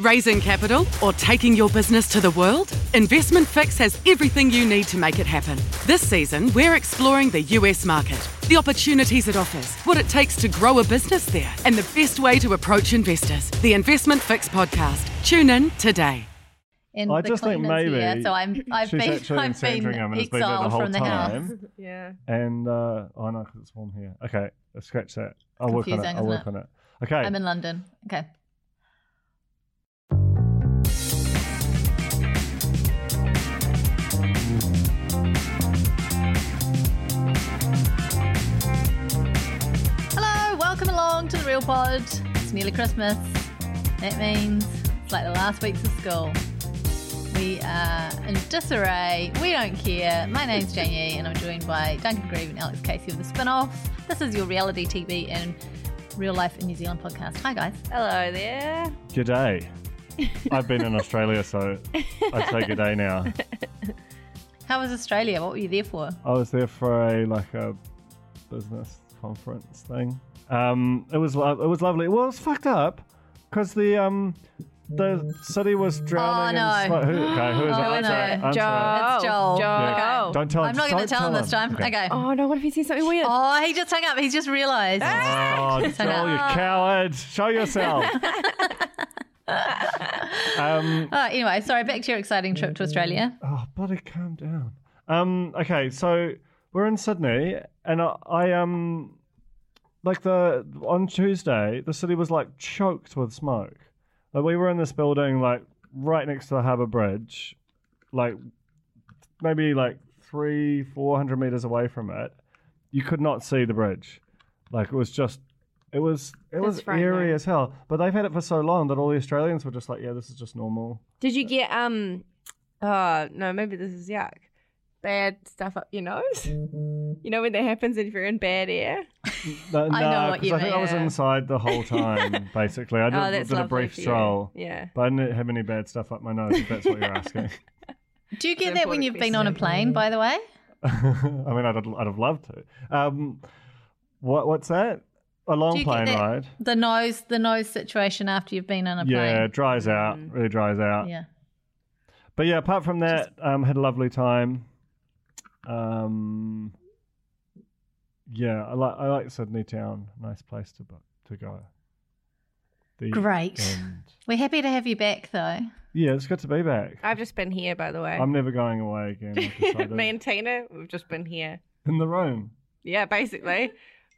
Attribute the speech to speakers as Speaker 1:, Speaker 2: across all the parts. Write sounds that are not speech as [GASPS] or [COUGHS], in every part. Speaker 1: Raising capital or taking your business to the world? Investment Fix has everything you need to make it happen. This season, we're exploring the US market, the opportunities it offers, what it takes to grow a business there, and the best way to approach investors. The Investment Fix podcast. Tune in today.
Speaker 2: in
Speaker 3: I
Speaker 2: the
Speaker 3: just think
Speaker 2: continents
Speaker 3: maybe
Speaker 2: here, so I'm, I've
Speaker 3: she's
Speaker 2: been,
Speaker 3: actually
Speaker 2: [LAUGHS]
Speaker 3: in
Speaker 2: I've been
Speaker 3: Sandringham and has been there the
Speaker 2: exiled
Speaker 3: whole
Speaker 2: from the house.
Speaker 3: time.
Speaker 4: Yeah.
Speaker 3: And uh, oh no, 'cause it's warm here. Okay, let's scratch that. I'll work on
Speaker 2: Confusing,
Speaker 3: it. I'll
Speaker 2: isn't
Speaker 3: work
Speaker 2: it?
Speaker 3: on it. Okay.
Speaker 2: I'm in London. Okay. Hello, welcome along to the Real Pod. It's nearly Christmas. That means it's like the last weeks of school. We are in disarray. We don't care. My name's Jane Yee, and I'm joined by Duncan Grieve and Alex Casey of the spin off. This is your reality TV and real life in New Zealand podcast. Hi, guys.
Speaker 4: Hello there.
Speaker 2: [LAUGHS]
Speaker 3: G'day. I've been in Australia, so I say good day now.
Speaker 2: How was Australia? What were you there for?
Speaker 3: I was there for a like a business conference thing. Um, it was lo- it was lovely. Well, it's fucked up because the um the city was drowning.
Speaker 2: Oh,
Speaker 3: in
Speaker 2: no.
Speaker 3: sli- who, okay, who is
Speaker 2: [GASPS] Oh,
Speaker 3: it?
Speaker 2: no.
Speaker 3: Answer it, answer it.
Speaker 4: Oh, Joel.
Speaker 2: It's Joel.
Speaker 3: Yeah.
Speaker 4: Joel.
Speaker 3: Don't tell.
Speaker 2: Oh. I'm not going
Speaker 3: don't
Speaker 2: to tell him this time. Okay.
Speaker 4: Oh no, what if he sees something weird?
Speaker 2: Oh, he just hung up. He's just realised.
Speaker 3: Oh,
Speaker 2: [LAUGHS]
Speaker 3: Joel, you coward! Show yourself. um,
Speaker 2: Oh, anyway, sorry. Back to your exciting trip to Australia.
Speaker 3: oh, buddy, calm down. Um, okay, so we're in Sydney, and I, I um, like the on Tuesday, the city was like choked with smoke. Like we were in this building, like right next to the harbour bridge, like maybe like three, four hundred meters away from it. You could not see the bridge. Like it was just, it was, it
Speaker 4: That's
Speaker 3: was
Speaker 4: frightening.
Speaker 3: eerie as hell. But they've had it for so long that all the Australians were just like, yeah, this is just normal.
Speaker 4: Did you get um oh no, maybe this is yuck. Bad stuff up your nose? You know when that happens if you're in bad air?
Speaker 3: No,
Speaker 2: I know
Speaker 3: no,
Speaker 2: what
Speaker 3: 'cause
Speaker 2: you
Speaker 3: I think I was
Speaker 2: mean.
Speaker 3: inside
Speaker 2: [LAUGHS]
Speaker 3: the whole time, basically. I did,
Speaker 4: oh, that's
Speaker 3: did a
Speaker 4: lovely
Speaker 3: brief
Speaker 4: for you.
Speaker 3: stroll,
Speaker 4: Yeah.
Speaker 3: but I didn't have any bad stuff up my nose, if that's what you're asking. [LAUGHS]
Speaker 2: Do you get
Speaker 4: An
Speaker 2: that when
Speaker 4: important
Speaker 2: you've been on a plane,
Speaker 4: question.
Speaker 2: by the way?
Speaker 3: I mean, I'd, I'd have loved to. Um, what, what's that? A
Speaker 2: Do
Speaker 3: long
Speaker 2: you
Speaker 3: plane
Speaker 2: get that,
Speaker 3: ride.
Speaker 2: The nose, the nose situation after you've been on a
Speaker 3: Yeah,
Speaker 2: plane. Mm.
Speaker 3: it dries out, really dries out.
Speaker 2: Yeah.
Speaker 3: But yeah, apart from that, um, had a lovely time. Um, yeah, I like I like Sydney town. Nice place to bu- to go. The
Speaker 2: Great.
Speaker 3: end.
Speaker 2: We're happy to have you back, though.
Speaker 3: Yeah, it's good to
Speaker 2: [LAUGHS]
Speaker 3: be back.
Speaker 4: I've just been here by the way. [LAUGHS]
Speaker 3: I'm never going away again. I've decided.
Speaker 4: Me and Tina, we've just been here.
Speaker 3: in the room.
Speaker 4: Yeah,
Speaker 3: [LAUGHS]
Speaker 4: basically.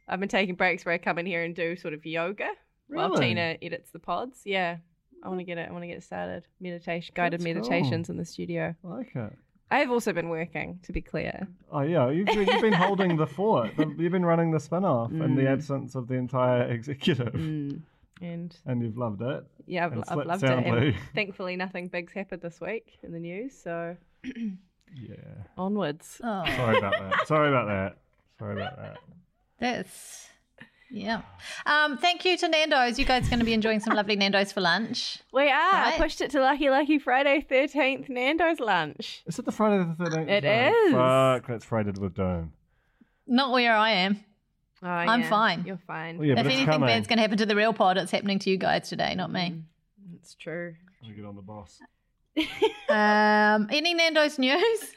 Speaker 4: I've been taking breaks where I come in here and do sort of yoga while
Speaker 3: Really?
Speaker 4: Tina edits the pods. Yeah. I want to get it. I want to get it started. Meditation, guided
Speaker 3: That's cool.
Speaker 4: meditations in the studio.
Speaker 3: I like it.
Speaker 4: I've also been working, to be clear.
Speaker 3: Oh yeah, you've been, you've been holding the fort. The- You've been running the spin-off in the
Speaker 4: Mm.
Speaker 3: absence of the entire [LAUGHS] executive,
Speaker 4: And
Speaker 3: and you've loved it.
Speaker 4: yeah, I've,
Speaker 3: And
Speaker 4: I've
Speaker 3: slept
Speaker 4: loved it.
Speaker 3: [LAUGHS]
Speaker 4: and
Speaker 3: soundly.
Speaker 4: thankfully, nothing big's happened this week in the news. So
Speaker 3: Yeah.
Speaker 4: onwards.
Speaker 2: Oh,
Speaker 3: Sorry about that. Sorry about that. Sorry about that.
Speaker 2: that's. Yeah. Um, thank you to Nando's. You guys are going to be enjoying some lovely Nando's for lunch.
Speaker 4: We are. I
Speaker 2: Right.
Speaker 4: pushed it to Lucky Lucky Friday 13th, Nando's lunch.
Speaker 3: Is it the Friday the Thirteenth?
Speaker 4: It is.
Speaker 3: Fuck, that's freighted with doom.
Speaker 2: Not where I am.
Speaker 4: Oh,
Speaker 2: I'm
Speaker 4: yeah,
Speaker 2: fine.
Speaker 4: You're fine.
Speaker 3: Well, Oh, yeah,
Speaker 2: if
Speaker 3: but it's
Speaker 2: anything
Speaker 3: coming.
Speaker 2: bad's going to happen to the real pod, it's happening to you guys today, not me.
Speaker 4: It's Mm, true.
Speaker 3: We get on the bus. [LAUGHS]
Speaker 2: Um, any Nando's news?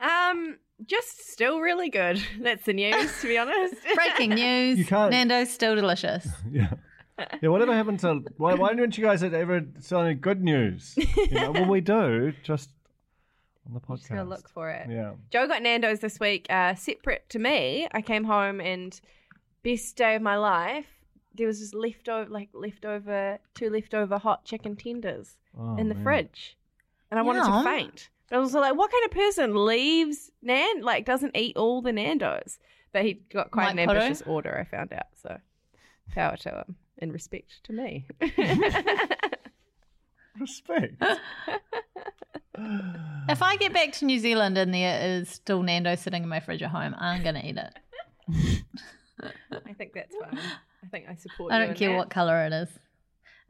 Speaker 4: Um, just still really good. [LAUGHS] That's the news, to
Speaker 3: [LAUGHS]
Speaker 4: be honest.
Speaker 2: Breaking news.
Speaker 3: You can't-
Speaker 2: Nando's still
Speaker 3: [LAUGHS]
Speaker 2: delicious.
Speaker 3: Yeah. Yeah, whatever happened to why? Why don't you guys ever tell any good news? You know, well, we do just on the
Speaker 4: I'm
Speaker 3: podcast.
Speaker 4: [LAUGHS] just gonna look for it.
Speaker 3: Yeah.
Speaker 4: Joe got Nando's this week, uh, separate to me. I came home and best day of my life. There was just leftover, like leftover, two leftover hot chicken tenders
Speaker 3: Oh,
Speaker 4: in the
Speaker 3: man.
Speaker 4: fridge, and I wanted
Speaker 2: Yeah.
Speaker 4: to faint. But I was like, what kind of person leaves Nan like doesn't eat all the Nando's? But he got quite
Speaker 2: Mike
Speaker 4: an
Speaker 2: Potto?
Speaker 4: ambitious order. I found out. So power to him. and respect
Speaker 2: [LAUGHS]
Speaker 4: to me. [LAUGHS]
Speaker 3: Respect.
Speaker 2: If I get back to New Zealand and there is still Nando sitting in my fridge at home, I'm gonna eat it.
Speaker 4: I think that's fine. I think I support
Speaker 2: I
Speaker 4: you
Speaker 2: don't
Speaker 4: in
Speaker 2: care
Speaker 4: that.
Speaker 2: what color it is.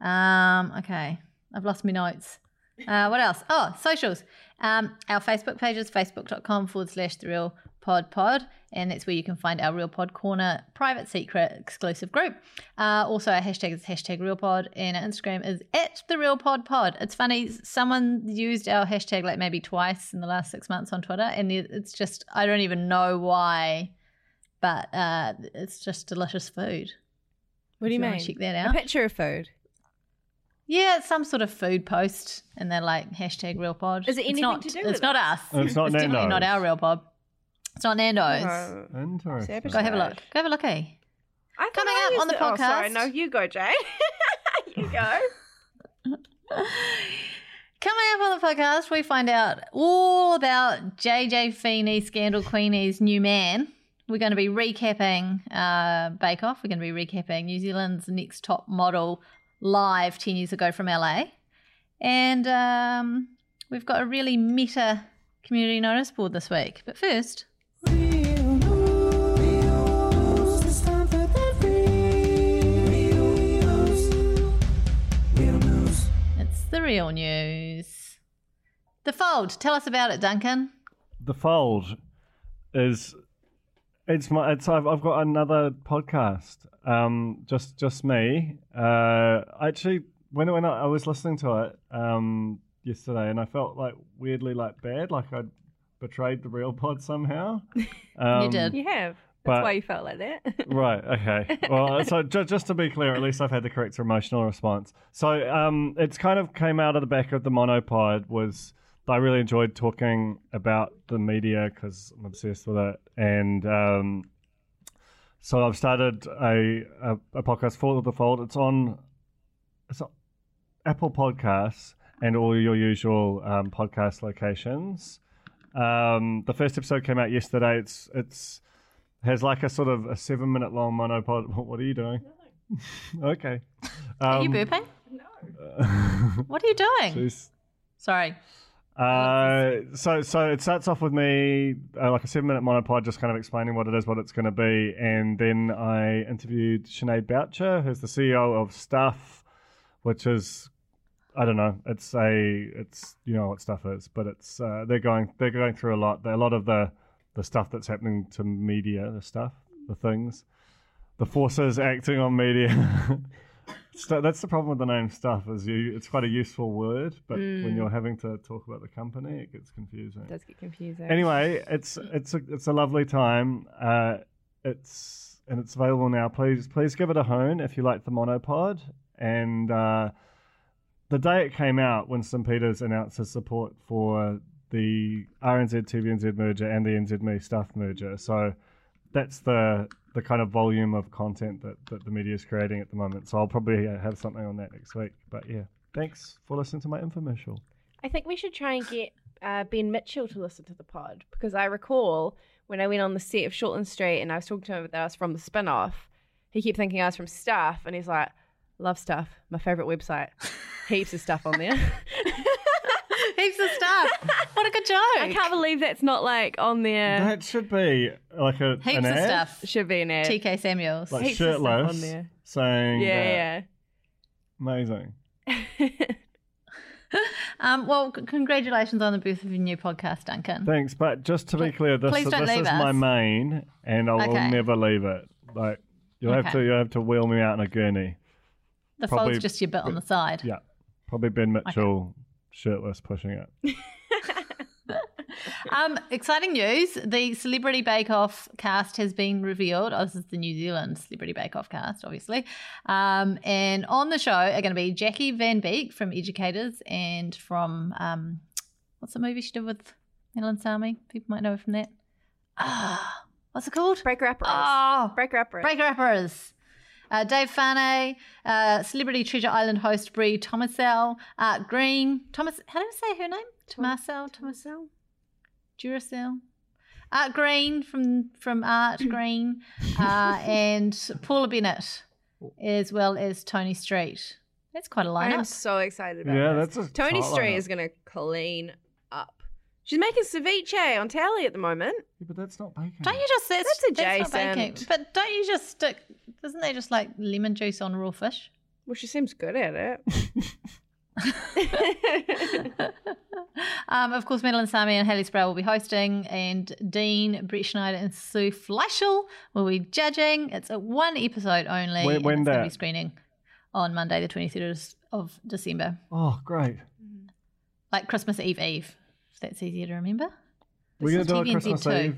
Speaker 2: Um, okay, I've lost my notes. Uh, what else? Oh, socials. Um, our Facebook page is facebook.com forward slash the real pod pod, and that's where you can find our real pod corner private secret exclusive group. Uh, also, our hashtag is hashtag real pod, and our Instagram is at the real pod pod. It's funny, someone used our hashtag like maybe twice in the last six months on Twitter, and it- it's just, I don't even know why, but uh, it's just delicious food.
Speaker 4: What do
Speaker 2: If you
Speaker 4: you mean?
Speaker 2: wanna check that
Speaker 4: A
Speaker 2: out.
Speaker 4: picture of food.
Speaker 2: Yeah, it's some sort of food post, and they're like hashtag real pod.
Speaker 4: Is it anything
Speaker 2: it's not,
Speaker 4: to do
Speaker 2: It's
Speaker 4: with
Speaker 2: not
Speaker 4: it?
Speaker 2: us.
Speaker 3: And Oh, it's not
Speaker 2: definitely not
Speaker 3: Nando's.
Speaker 2: our real pod. It's not Nando's.
Speaker 4: Oh.
Speaker 3: Interesting.
Speaker 4: Sabotage.
Speaker 2: Go have a look. Go have a look. Eh?
Speaker 4: I thought
Speaker 2: Coming
Speaker 4: I
Speaker 2: up
Speaker 4: used
Speaker 2: on the
Speaker 4: it- Oh, sorry,
Speaker 2: podcast.
Speaker 4: no, you go, Jay. [LAUGHS] you go.
Speaker 2: Coming up on the podcast, we find out all about JJ Feeney, Scandal Queenie's new man. We're going to be recapping uh, Bake Off. We're going to be recapping New Zealand's Next Top Model live 10 years ago from LA. And um, we've got a really meta community notice board this week. But first, it's the real news. The Fold. Tell us about it, Duncan.
Speaker 3: The Fold is it's my it's I've, I've got another podcast. Um, just just me. Uh, actually, when when I, I was listening to it um yesterday, and I felt like weirdly like bad, like I'd betrayed the real pod somehow. Um,
Speaker 2: did.
Speaker 4: You have. That's
Speaker 3: But-
Speaker 4: why you felt
Speaker 3: [LAUGHS]
Speaker 4: like that.
Speaker 3: Right. Okay. Well, uh, so ju- just to be clear, at least I've had the correct emotional response. So um, it's kind of came out of the back of the monopod was I really enjoyed talking about the media because I'm obsessed with it, and um, so I've started a, a a podcast for the fold. It's on it's on Apple Podcasts and all your usual um, podcast locations. Um, the first episode came out yesterday. It's it's has like a sort of a seven minute long monopod. [LAUGHS] What are you doing? okay.
Speaker 2: Are you
Speaker 3: Um,
Speaker 2: burping? No. what are you doing?
Speaker 3: [LAUGHS] Jeez.
Speaker 2: Sorry. [LAUGHS]
Speaker 3: Uh, so so it starts off with me uh, like a seven minute monopod, just kind of explaining what it is, what it's going to be, and then I interviewed Sinead Boucher, who's the CEO of Stuff, which is I don't know, it's a it's you know what Stuff is, but it's uh, they're going they're going through a lot, a lot of the the stuff that's happening to media, the stuff, the things, the forces acting on media. [LAUGHS] So that's the problem with the name stuff is you it's quite a useful word, but when you're having to talk about the company, it gets confusing.
Speaker 4: it does get confusing.
Speaker 3: Anyway, it's it's a it's a lovely time. Uh, it's and it's available now. Please please give it a hone if you like the monopod. And uh, the day it came out, Winston Peters announced his support for the RNZ TVNZ merger and the NZME Stuff merger. So that's the the kind of volume of content that, that the media is creating at the moment. So I'll probably uh, have something on that next week. But yeah, thanks for listening to my infomercial.
Speaker 4: I think we should try and get uh, Ben Mitchell to listen to the pod because I recall when I went on the set of Shortland Street and I was talking to him that I was from the spin off, he kept thinking I was from Stuff and he's like, Love Stuff, my favourite
Speaker 3: [LAUGHS]
Speaker 4: website. Heaps of stuff on [LAUGHS] there.
Speaker 2: Heaps of stuff. What a good joke.
Speaker 4: I can't believe that's not like on there.
Speaker 3: That should be like a
Speaker 2: Heaps
Speaker 3: an
Speaker 2: of
Speaker 3: ad.
Speaker 2: stuff.
Speaker 4: Should be an ad.
Speaker 2: TK Samuels.
Speaker 3: like
Speaker 4: Heaps of stuff on
Speaker 3: shirtless
Speaker 4: there.
Speaker 3: saying
Speaker 4: yeah,
Speaker 3: that.
Speaker 4: yeah.
Speaker 3: amazing
Speaker 2: Um, well, c- congratulations on the birth of your new podcast, Duncan.
Speaker 3: thanks but just to be clear this,
Speaker 2: Please
Speaker 3: this
Speaker 2: don't
Speaker 3: is
Speaker 2: leave
Speaker 3: my
Speaker 2: us.
Speaker 3: main and i will
Speaker 2: Okay.
Speaker 3: never leave it like you'll have
Speaker 2: Okay.
Speaker 3: to you'll have to wheel me out in a gurney
Speaker 2: the
Speaker 3: probably-
Speaker 2: fold's just your bit on the side.
Speaker 3: yeah probably ben mitchell shirtless pushing it
Speaker 2: Um, exciting news. The Celebrity Bake Off cast has been revealed. Oh, this is the New Zealand Celebrity Bake Off cast, obviously. Um, and on the show are going to be Jackie Van Beek from Educators and from, um, what's the movie she did with Madeline Sami? People might know her from that. Ah, what's it called?
Speaker 4: Breaker Upper.
Speaker 2: Oh,
Speaker 4: Breaker Upper.
Speaker 2: Breaker Uppers. Uh, Dave Fane, uh, Celebrity Treasure Island host Brie Tomasel, Art Green, Thomas, how do I say her name? Tomasel, Tomasel, Duracell. Art Green from from Art Green, uh, and uh, Paula Bennett. as well as Tony Street. That's quite a
Speaker 4: I am
Speaker 2: lineup.
Speaker 4: so excited about
Speaker 3: Yeah,
Speaker 4: this.
Speaker 3: that's a
Speaker 4: Tony
Speaker 3: tight
Speaker 4: Street
Speaker 3: lineup.
Speaker 4: is going to clean up. She's making ceviche on tally at the moment.
Speaker 3: Yeah, but that's not bacon.
Speaker 2: Don't you just that's,
Speaker 4: That's
Speaker 2: That's not baking.
Speaker 4: adjacent.
Speaker 2: But don't you just stick? Isn't there just like lemon juice on raw fish?
Speaker 4: Well, she seems good at it.
Speaker 2: [LAUGHS] um, of course, Madeline Sami and Haley Sproul will be hosting, and Dean, Brett Schneider, and Sue Fleischel will be judging. It's a one episode only.
Speaker 3: When-
Speaker 2: and
Speaker 3: when
Speaker 2: it's gonna be
Speaker 3: that?
Speaker 2: screening on Monday, the 23rd of December,
Speaker 3: Oh, great.
Speaker 2: like Christmas Eve Eve, if that's easier to remember.
Speaker 3: We're
Speaker 2: This is
Speaker 3: going to do a
Speaker 2: TVNZ
Speaker 3: Christmas
Speaker 2: too.
Speaker 3: Eve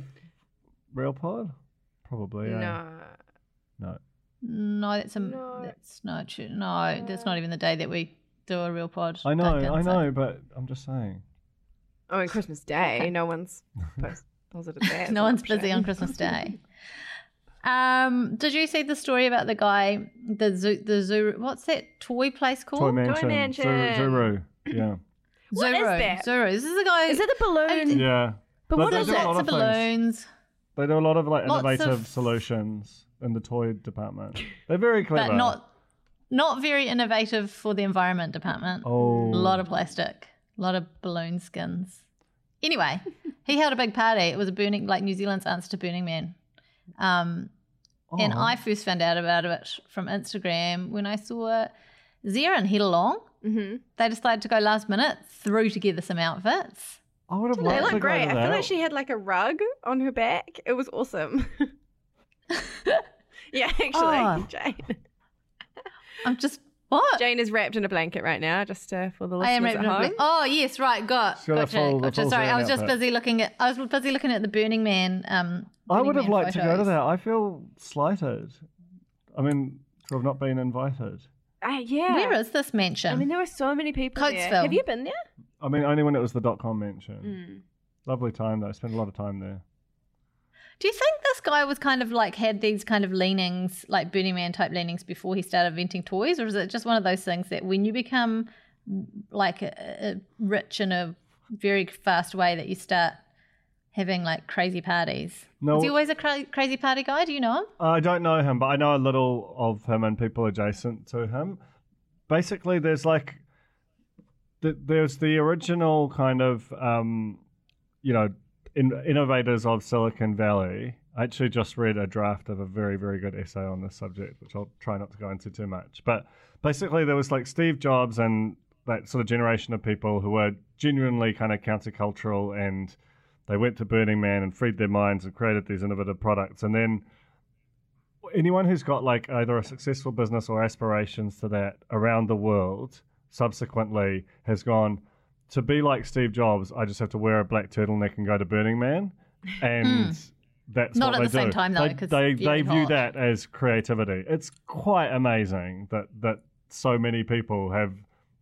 Speaker 3: real pod? Probably. eh?
Speaker 4: No.
Speaker 3: No.
Speaker 2: No, that's a
Speaker 4: No.
Speaker 2: that's no tr- no, that's not even the day that we do a real pod.
Speaker 3: I know,
Speaker 2: Duncan,
Speaker 3: I
Speaker 2: so-
Speaker 3: know, but I'm just saying.
Speaker 4: I mean, Oh, Christmas Day. No one's pos-
Speaker 2: [LAUGHS]
Speaker 4: positive that. as an
Speaker 2: no one's
Speaker 4: option.
Speaker 2: busy on Christmas
Speaker 4: [LAUGHS]
Speaker 2: Day. Um, did you see the story about the guy, the zoo, the zoo? What's that toy place called?
Speaker 3: Toy Mansion.
Speaker 4: Mansion.
Speaker 3: Zuru- Zuru.
Speaker 2: [COUGHS]
Speaker 3: Yeah.
Speaker 4: What is
Speaker 2: Zorro.
Speaker 4: that?
Speaker 2: Zorro. This is the guy.
Speaker 4: Is it the balloon?
Speaker 3: Yeah.
Speaker 4: But
Speaker 3: Like,
Speaker 4: what
Speaker 3: they
Speaker 4: is
Speaker 3: do a
Speaker 4: it?
Speaker 3: lot
Speaker 2: Lots of
Speaker 3: of things.
Speaker 2: balloons.
Speaker 3: They do a lot of like
Speaker 2: Lots of-
Speaker 3: innovative solutions in the toy department. They're very clever.
Speaker 2: but not not very innovative for the environment department.
Speaker 3: Oh.
Speaker 2: A lot of plastic, a lot of balloon skins. Anyway, he held a big party. It was a burning, like New Zealand's answer to Burning Man. Um, And
Speaker 3: Oh.
Speaker 2: I first found out about it from Instagram when I saw Zara and Headalong.
Speaker 4: Mm-hmm.
Speaker 2: They decided to go last minute, threw together some outfits.
Speaker 3: I would have
Speaker 4: They
Speaker 3: liked to
Speaker 4: look
Speaker 3: go
Speaker 4: great.
Speaker 3: to
Speaker 4: I feel
Speaker 3: that.
Speaker 4: like she had like a rug on her back. It was
Speaker 2: [LAUGHS]
Speaker 4: awesome. yeah, actually,
Speaker 2: Oh.
Speaker 4: Jane.
Speaker 2: I'm just, what?
Speaker 4: Jane is wrapped in a blanket right now, just uh, for the listeners
Speaker 2: I am
Speaker 4: at
Speaker 2: wrapped up.
Speaker 4: home.
Speaker 2: Oh yes, right, got,
Speaker 3: She's got a
Speaker 2: gotcha,
Speaker 3: full- the
Speaker 2: gotcha.
Speaker 3: full
Speaker 2: Sorry, I
Speaker 3: Zara
Speaker 2: was just
Speaker 3: outfit.
Speaker 2: busy looking at, I was busy looking at the Burning Man. Um,
Speaker 3: I
Speaker 2: Burning
Speaker 3: would have
Speaker 2: Man
Speaker 3: liked to go to
Speaker 2: photos.
Speaker 3: that. I feel slighted. I mean, to have not been invited.
Speaker 4: Ah, yeah.
Speaker 2: Oh, Where is this mansion?
Speaker 4: I mean, there were so many people there.
Speaker 2: Coatesville.
Speaker 4: Have you been there?
Speaker 3: I mean, only when it was the dot com
Speaker 4: Mm.
Speaker 3: mention. Lovely time though. I spent a lot of time there.
Speaker 2: Do you think this guy was kind of like had these kind of leanings, like Burning Man type leanings, before he started inventing toys, or is it just one of those things that when you become like a, a rich in a very fast way that you start having like crazy parties?
Speaker 3: No.
Speaker 2: Was he always a cra- crazy party guy? Do you know him?
Speaker 3: I don't know him, but I know a little of him and people adjacent to him. Basically, there's like th- there's the original kind of um, you know in- innovators of Silicon Valley. I actually just read a draft of a very very good essay on this subject, which I'll try not to go into too much. But basically, there was like Steve Jobs and that sort of generation of people who were genuinely kind of countercultural and they went to Burning Man and freed their minds and created these innovative products, and then anyone who's got like either a successful business or aspirations to that around the world subsequently has gone to be like Steve Jobs. I just have to wear a black turtleneck and go to Burning Man, and that's
Speaker 2: Hmm. Not
Speaker 3: what
Speaker 2: at
Speaker 3: they
Speaker 2: the same
Speaker 3: do.
Speaker 2: time, though,
Speaker 3: They
Speaker 2: 'cause
Speaker 3: they,
Speaker 2: it'd be
Speaker 3: they
Speaker 2: too
Speaker 3: view
Speaker 2: hot.
Speaker 3: that as creativity. It's quite amazing that that so many people have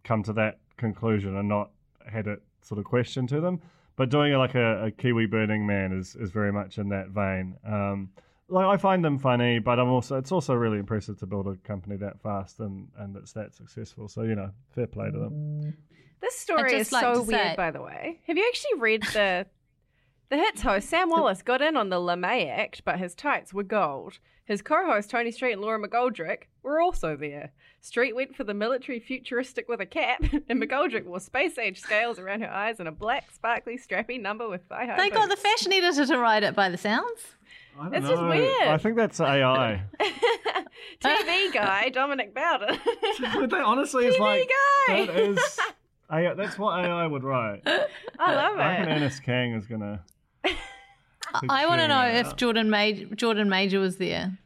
Speaker 3: come to that conclusion and not had it sort of questioned to them. But doing like a, a Kiwi Burning Man is, is very much in that vein. Um, like I find them funny, but I'm also it's also really impressive to build a company that fast and and that's that successful. So you know, fair play to them.
Speaker 4: This story
Speaker 2: just
Speaker 4: is
Speaker 2: like
Speaker 4: so
Speaker 2: to
Speaker 4: weird,
Speaker 2: say-
Speaker 4: by the way. Have you actually read the the hits
Speaker 2: [LAUGHS]
Speaker 4: host Sam Wallace got in on the LeMay Act, but his tights were gold. His co-host Tony Street and Laura McGoldrick were also there. Street went for the military futuristic with a cap, [LAUGHS] and McGoldrick wore space age scales around her eyes and a black, sparkly, strappy number with thigh high.
Speaker 2: They got the
Speaker 4: boots.
Speaker 2: fashion editor to write it by the sounds.
Speaker 3: I
Speaker 4: This is know. weird.
Speaker 3: I think that's AI.
Speaker 4: TV guy Dominic Bowden.
Speaker 3: [LAUGHS]
Speaker 4: [LAUGHS]
Speaker 3: but that honestly is like
Speaker 4: guy.
Speaker 3: that
Speaker 4: [LAUGHS]
Speaker 3: is AI, that's what AI would write.
Speaker 4: I love
Speaker 3: I reckon
Speaker 4: it.
Speaker 3: Ernest Kang is gonna.
Speaker 2: I want to
Speaker 3: figuring
Speaker 2: know
Speaker 3: it
Speaker 2: if
Speaker 3: out.
Speaker 2: Jordan Major, Jordan Major was there.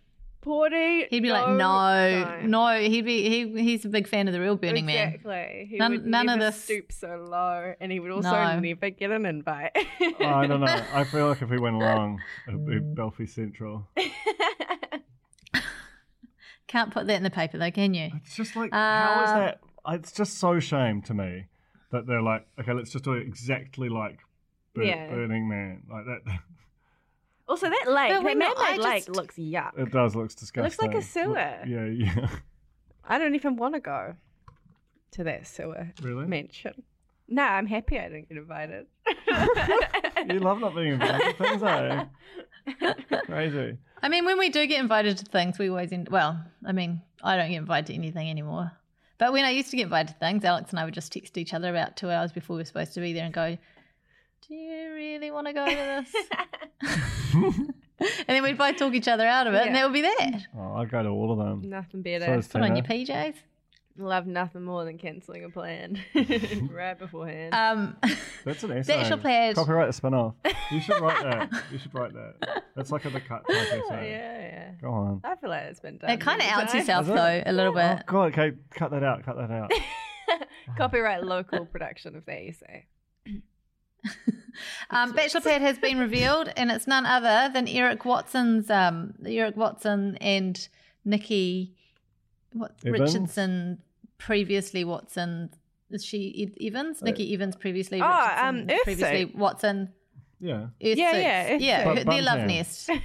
Speaker 4: Porty.
Speaker 2: He'd be like,
Speaker 4: no,
Speaker 2: no,
Speaker 4: no.
Speaker 2: no. He'd be he, he's a big fan of the real Burning Man.
Speaker 4: Exactly. He
Speaker 2: None-
Speaker 4: would
Speaker 2: none of
Speaker 4: never
Speaker 2: this-
Speaker 4: stoop so low, and he would also
Speaker 2: No.
Speaker 4: never get an invite.
Speaker 3: oh, I don't know. I feel like if we went along, it'd be
Speaker 4: Mm.
Speaker 3: Belfie Central.
Speaker 2: Can't put that in the paper though, can you?
Speaker 3: It's just like, how is
Speaker 2: Uh,
Speaker 3: that? It's just so shame to me that they're like, okay, let's just do it exactly like Bur-
Speaker 4: Yeah.
Speaker 3: Burning Man. Like that, [LAUGHS]
Speaker 4: also, that lake,
Speaker 2: But
Speaker 4: that
Speaker 2: when I
Speaker 4: man-made lake,
Speaker 2: just-
Speaker 4: looks yuck.
Speaker 3: it does looks disgusting.
Speaker 4: like a sewer.
Speaker 3: Yeah, [LAUGHS] yeah.
Speaker 4: I don't even want to go to that sewer
Speaker 3: Really?
Speaker 4: mansion. No, I'm happy I didn't get invited. [LAUGHS]
Speaker 3: you love not being invited. to Things are eh? crazy.
Speaker 2: I mean, when we do get invited to things, we always end. Well, I mean, I don't get invited to anything anymore. But when I used to get invited to things, Alex and I would just text each other about two hours before we were supposed to be there and go, "Do you really want to go to this?" [LAUGHS] and then we'd both talk each other out of it, and
Speaker 4: Yeah.
Speaker 2: that would be that.
Speaker 3: Oh, I go to all of them.
Speaker 4: [LAUGHS] Nothing
Speaker 3: So
Speaker 4: better.
Speaker 3: is
Speaker 2: Put on your
Speaker 3: Tina.
Speaker 2: PJs.
Speaker 4: Love nothing more than cancelling a plan [LAUGHS] right beforehand.
Speaker 2: Um, [LAUGHS]
Speaker 3: That's an essay.
Speaker 2: That's your pledge.
Speaker 3: Copyright the spin-off. You should write that.
Speaker 2: [LAUGHS]
Speaker 3: You should write that. That's like a the cut type
Speaker 4: yeah,
Speaker 3: essay.
Speaker 4: yeah.
Speaker 3: Go on.
Speaker 4: I feel like it's been done.
Speaker 2: it kind of
Speaker 4: many
Speaker 2: outs
Speaker 4: times.
Speaker 2: yourself
Speaker 3: Is it?
Speaker 2: though a little
Speaker 3: Oh
Speaker 2: bit.
Speaker 3: god, okay, cut that out, cut
Speaker 2: [LAUGHS]
Speaker 3: that out.
Speaker 4: [LAUGHS] Copyright local production of that essay.
Speaker 2: Um, Bachelor Pad has been revealed, and it's none other than Eric Watson's um, Eric Watson and Nikki what,
Speaker 3: Evans?
Speaker 2: Richardson, previously Watson. Is she Ed- Evans? Nikki Evans, previously
Speaker 4: Oh,
Speaker 2: Richardson,
Speaker 4: um, Earth
Speaker 2: previously
Speaker 4: Suit.
Speaker 2: Watson.
Speaker 3: Yeah.
Speaker 2: Earth
Speaker 4: Yeah,
Speaker 2: Suits.
Speaker 4: yeah, Earth
Speaker 2: yeah.
Speaker 4: Suit.
Speaker 2: her- Their
Speaker 3: Bump
Speaker 2: love
Speaker 3: hands.
Speaker 2: nest.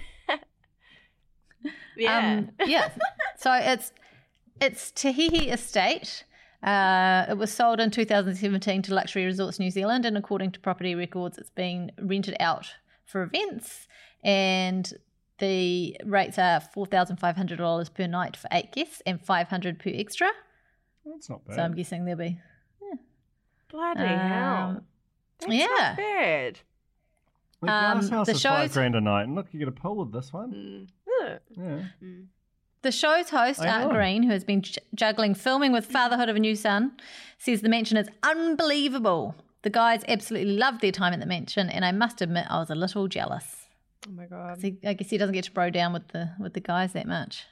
Speaker 4: Yeah.
Speaker 2: Um, yeah. So it's it's Tahiti Estate. Uh, it was sold in 2017 to Luxury Resorts New Zealand, and according to property records, it's been rented out for events, and the rates are four thousand five hundred dollars per night for eight guests and five hundred per extra.
Speaker 3: That's not bad.
Speaker 2: So I'm guessing there'll be
Speaker 4: Bloody hell.
Speaker 2: um,
Speaker 4: That's
Speaker 2: yeah.
Speaker 4: Not bad.
Speaker 3: the glass
Speaker 2: um,
Speaker 3: house
Speaker 2: the
Speaker 3: is five
Speaker 2: show's-
Speaker 3: grand a night, and look, you get a pool with this one.
Speaker 4: Mm. Yeah.
Speaker 2: Mm.
Speaker 3: Yeah.
Speaker 2: The show's host,
Speaker 3: I
Speaker 2: Art
Speaker 3: know.
Speaker 2: Green, who has been j- juggling filming with fatherhood of a new son, says the mansion is unbelievable. The guys absolutely loved their time at the mansion, and I must admit I was a little jealous.
Speaker 4: Oh my god.
Speaker 2: 'Cause he- I guess he doesn't get to bro down with the with the guys that much.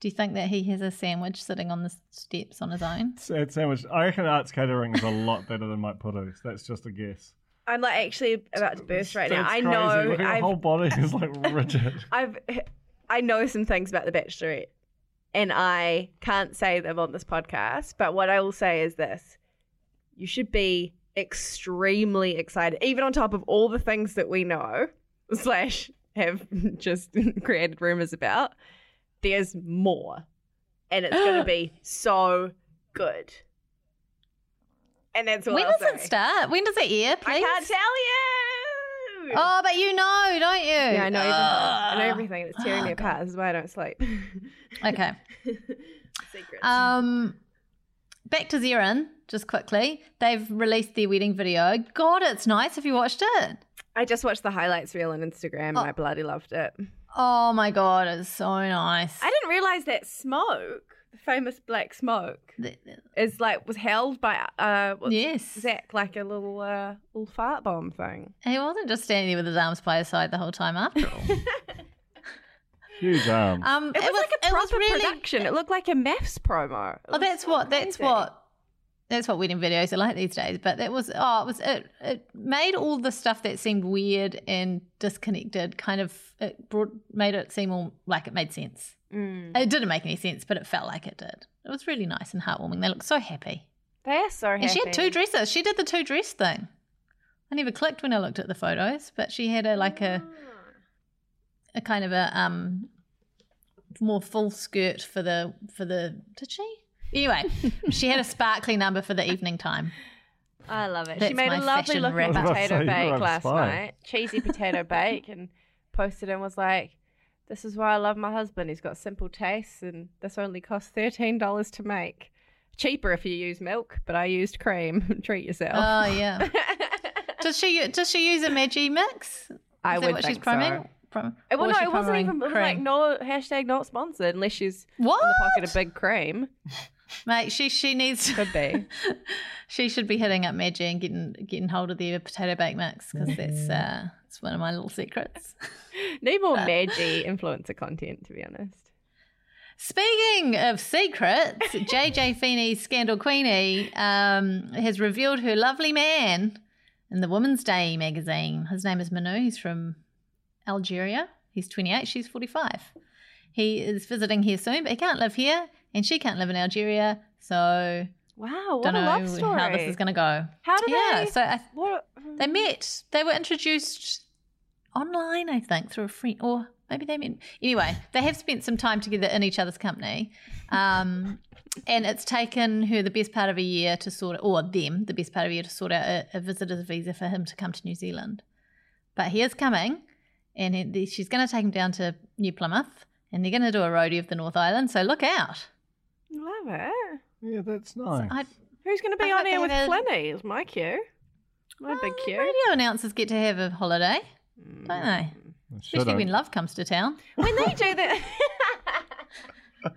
Speaker 2: Do you think that he has a sandwich sitting on the s- steps on his own?
Speaker 3: It's, it's sandwich. I reckon arts catering is a lot better than Mike Produce. That's just a guess.
Speaker 4: I'm like actually about to burst right now.
Speaker 3: That's
Speaker 4: I
Speaker 3: crazy.
Speaker 4: know.
Speaker 3: Look, Your
Speaker 4: I've
Speaker 3: whole body is like rigid.
Speaker 2: [LAUGHS]
Speaker 4: I've [LAUGHS] I know some things about The Bachelorette, and I can't say them on this podcast. But what I will say is this: you should be extremely excited, even on top of all the things that we know [LAUGHS] slash have [LAUGHS] just created rumors about. There's more, and it's going to be so good. And that's all.
Speaker 2: when
Speaker 4: I'll
Speaker 2: does it
Speaker 4: say.
Speaker 2: start? When does it air, please?
Speaker 4: I can't tell you.
Speaker 2: Oh, but you know, don't you?
Speaker 4: Yeah, I know everything. I
Speaker 2: Ugh.
Speaker 4: know everything. It's tearing me apart. This is why I don't sleep. [LAUGHS]
Speaker 2: Okay.
Speaker 4: Secrets.
Speaker 2: Um, back to Zerin, just quickly. They've released their wedding video. God, it's nice. Have you watched it?
Speaker 4: I just watched the highlights reel on Instagram and I bloody loved it.
Speaker 2: Oh my god, it's so nice.
Speaker 4: I didn't realize that smoke, the famous black smoke,
Speaker 2: Th- th-
Speaker 4: is like was held by uh what's
Speaker 2: Yes,
Speaker 4: Zach like a little uh little fart bomb thing.
Speaker 2: he wasn't just standing there with his arms by his side the whole time. After
Speaker 4: [LAUGHS]
Speaker 2: all,
Speaker 3: Huge arm.
Speaker 2: um,
Speaker 4: It, was, like a
Speaker 2: it was
Speaker 4: proper
Speaker 2: really-
Speaker 4: production. It looked like a maths promo. It
Speaker 2: Oh,
Speaker 4: was
Speaker 2: that's
Speaker 4: so
Speaker 2: what. That's
Speaker 4: amazing.
Speaker 2: what. That's what wedding videos are like these days. But that was oh, it was it. It made all the stuff that seemed weird and disconnected kind of it brought made it seem all like it made sense.
Speaker 4: Mm.
Speaker 2: It didn't make any sense, but it felt like it did. It was really nice and heartwarming. They looked so happy.
Speaker 4: They are so happy.
Speaker 2: And she had two dresses. She did the two dress thing. I never clicked when I looked at the photos, but she had a like a a kind of a um more full skirt for the for the did she?
Speaker 4: [LAUGHS]
Speaker 2: Anyway, she had a sparkly number for the evening time.
Speaker 4: I love it.
Speaker 2: That's
Speaker 4: she made
Speaker 2: my
Speaker 4: a lovely
Speaker 2: fashion
Speaker 4: looking
Speaker 2: reference.
Speaker 3: I was about to say,
Speaker 4: potato
Speaker 3: you are
Speaker 4: bake
Speaker 3: a
Speaker 4: last
Speaker 3: spy.
Speaker 4: night,
Speaker 2: [LAUGHS]
Speaker 4: cheesy potato bake, and posted and was like, "This is why I love my husband. He's got simple tastes, and this only costs thirteen dollars to make. Cheaper if you use milk, but I used cream. [LAUGHS] Treat yourself."
Speaker 2: Oh yeah. does she does she use a Maggi mix? Is
Speaker 4: I
Speaker 2: that
Speaker 4: would
Speaker 2: what
Speaker 4: think
Speaker 2: she's priming?
Speaker 4: so.
Speaker 2: Prom-
Speaker 4: It, well,
Speaker 2: or is
Speaker 4: no,
Speaker 2: she
Speaker 4: it wasn't
Speaker 2: priming
Speaker 4: even it was
Speaker 2: cream?
Speaker 4: like no hashtag not sponsored unless she's
Speaker 2: What?
Speaker 4: in the pocket of big cream.
Speaker 2: Mate, she she needs [LAUGHS]
Speaker 4: Could be.
Speaker 2: she should be hitting up Maggie and getting getting hold of the potato bake mix because
Speaker 4: Mm-hmm.
Speaker 2: that's uh, it's one of my little secrets.
Speaker 4: Need more Maggi influencer content, to
Speaker 2: [LAUGHS]
Speaker 4: be honest.
Speaker 2: Speaking of secrets,
Speaker 4: [LAUGHS]
Speaker 2: JJ Feeney's Scandal Queenie um, has revealed her lovely man in the Woman's Day magazine. His name is Manu. He's from Algeria. He's 28. She's 45. He is visiting here soon, but he can't live here, and she can't live in Algeria. So
Speaker 4: Wow, what
Speaker 2: don't
Speaker 4: a
Speaker 2: know
Speaker 4: love story!
Speaker 2: how this is going to go.
Speaker 4: How do
Speaker 2: yeah,
Speaker 4: they-
Speaker 2: So I,
Speaker 4: What?
Speaker 2: They met. They were introduced online, I think, through a friend, or maybe they met. Anyway, they have spent some time together in each other's company, um, and it's taken her the best part of a year to sort, or them the best part of a year to sort out a, a visitor's visa for him to come to New Zealand. But he is coming, and he, the- she's going to take him down to New Plymouth, and they're going to do a roadie of the North Island. So look out!
Speaker 4: Love it.
Speaker 3: Yeah, that's nice.
Speaker 2: I,
Speaker 4: Who's going to be
Speaker 2: I hope
Speaker 4: on air with
Speaker 2: they have a-
Speaker 4: Flinny? Is my cue. My big
Speaker 2: Oh,
Speaker 4: cue.
Speaker 2: Radio announcers get to have a holiday, don't they?
Speaker 3: I Mm. should
Speaker 2: Especially
Speaker 3: have. [GASPS]
Speaker 2: when love comes to town.
Speaker 4: When they
Speaker 2: [LAUGHS]
Speaker 4: do that, [LAUGHS]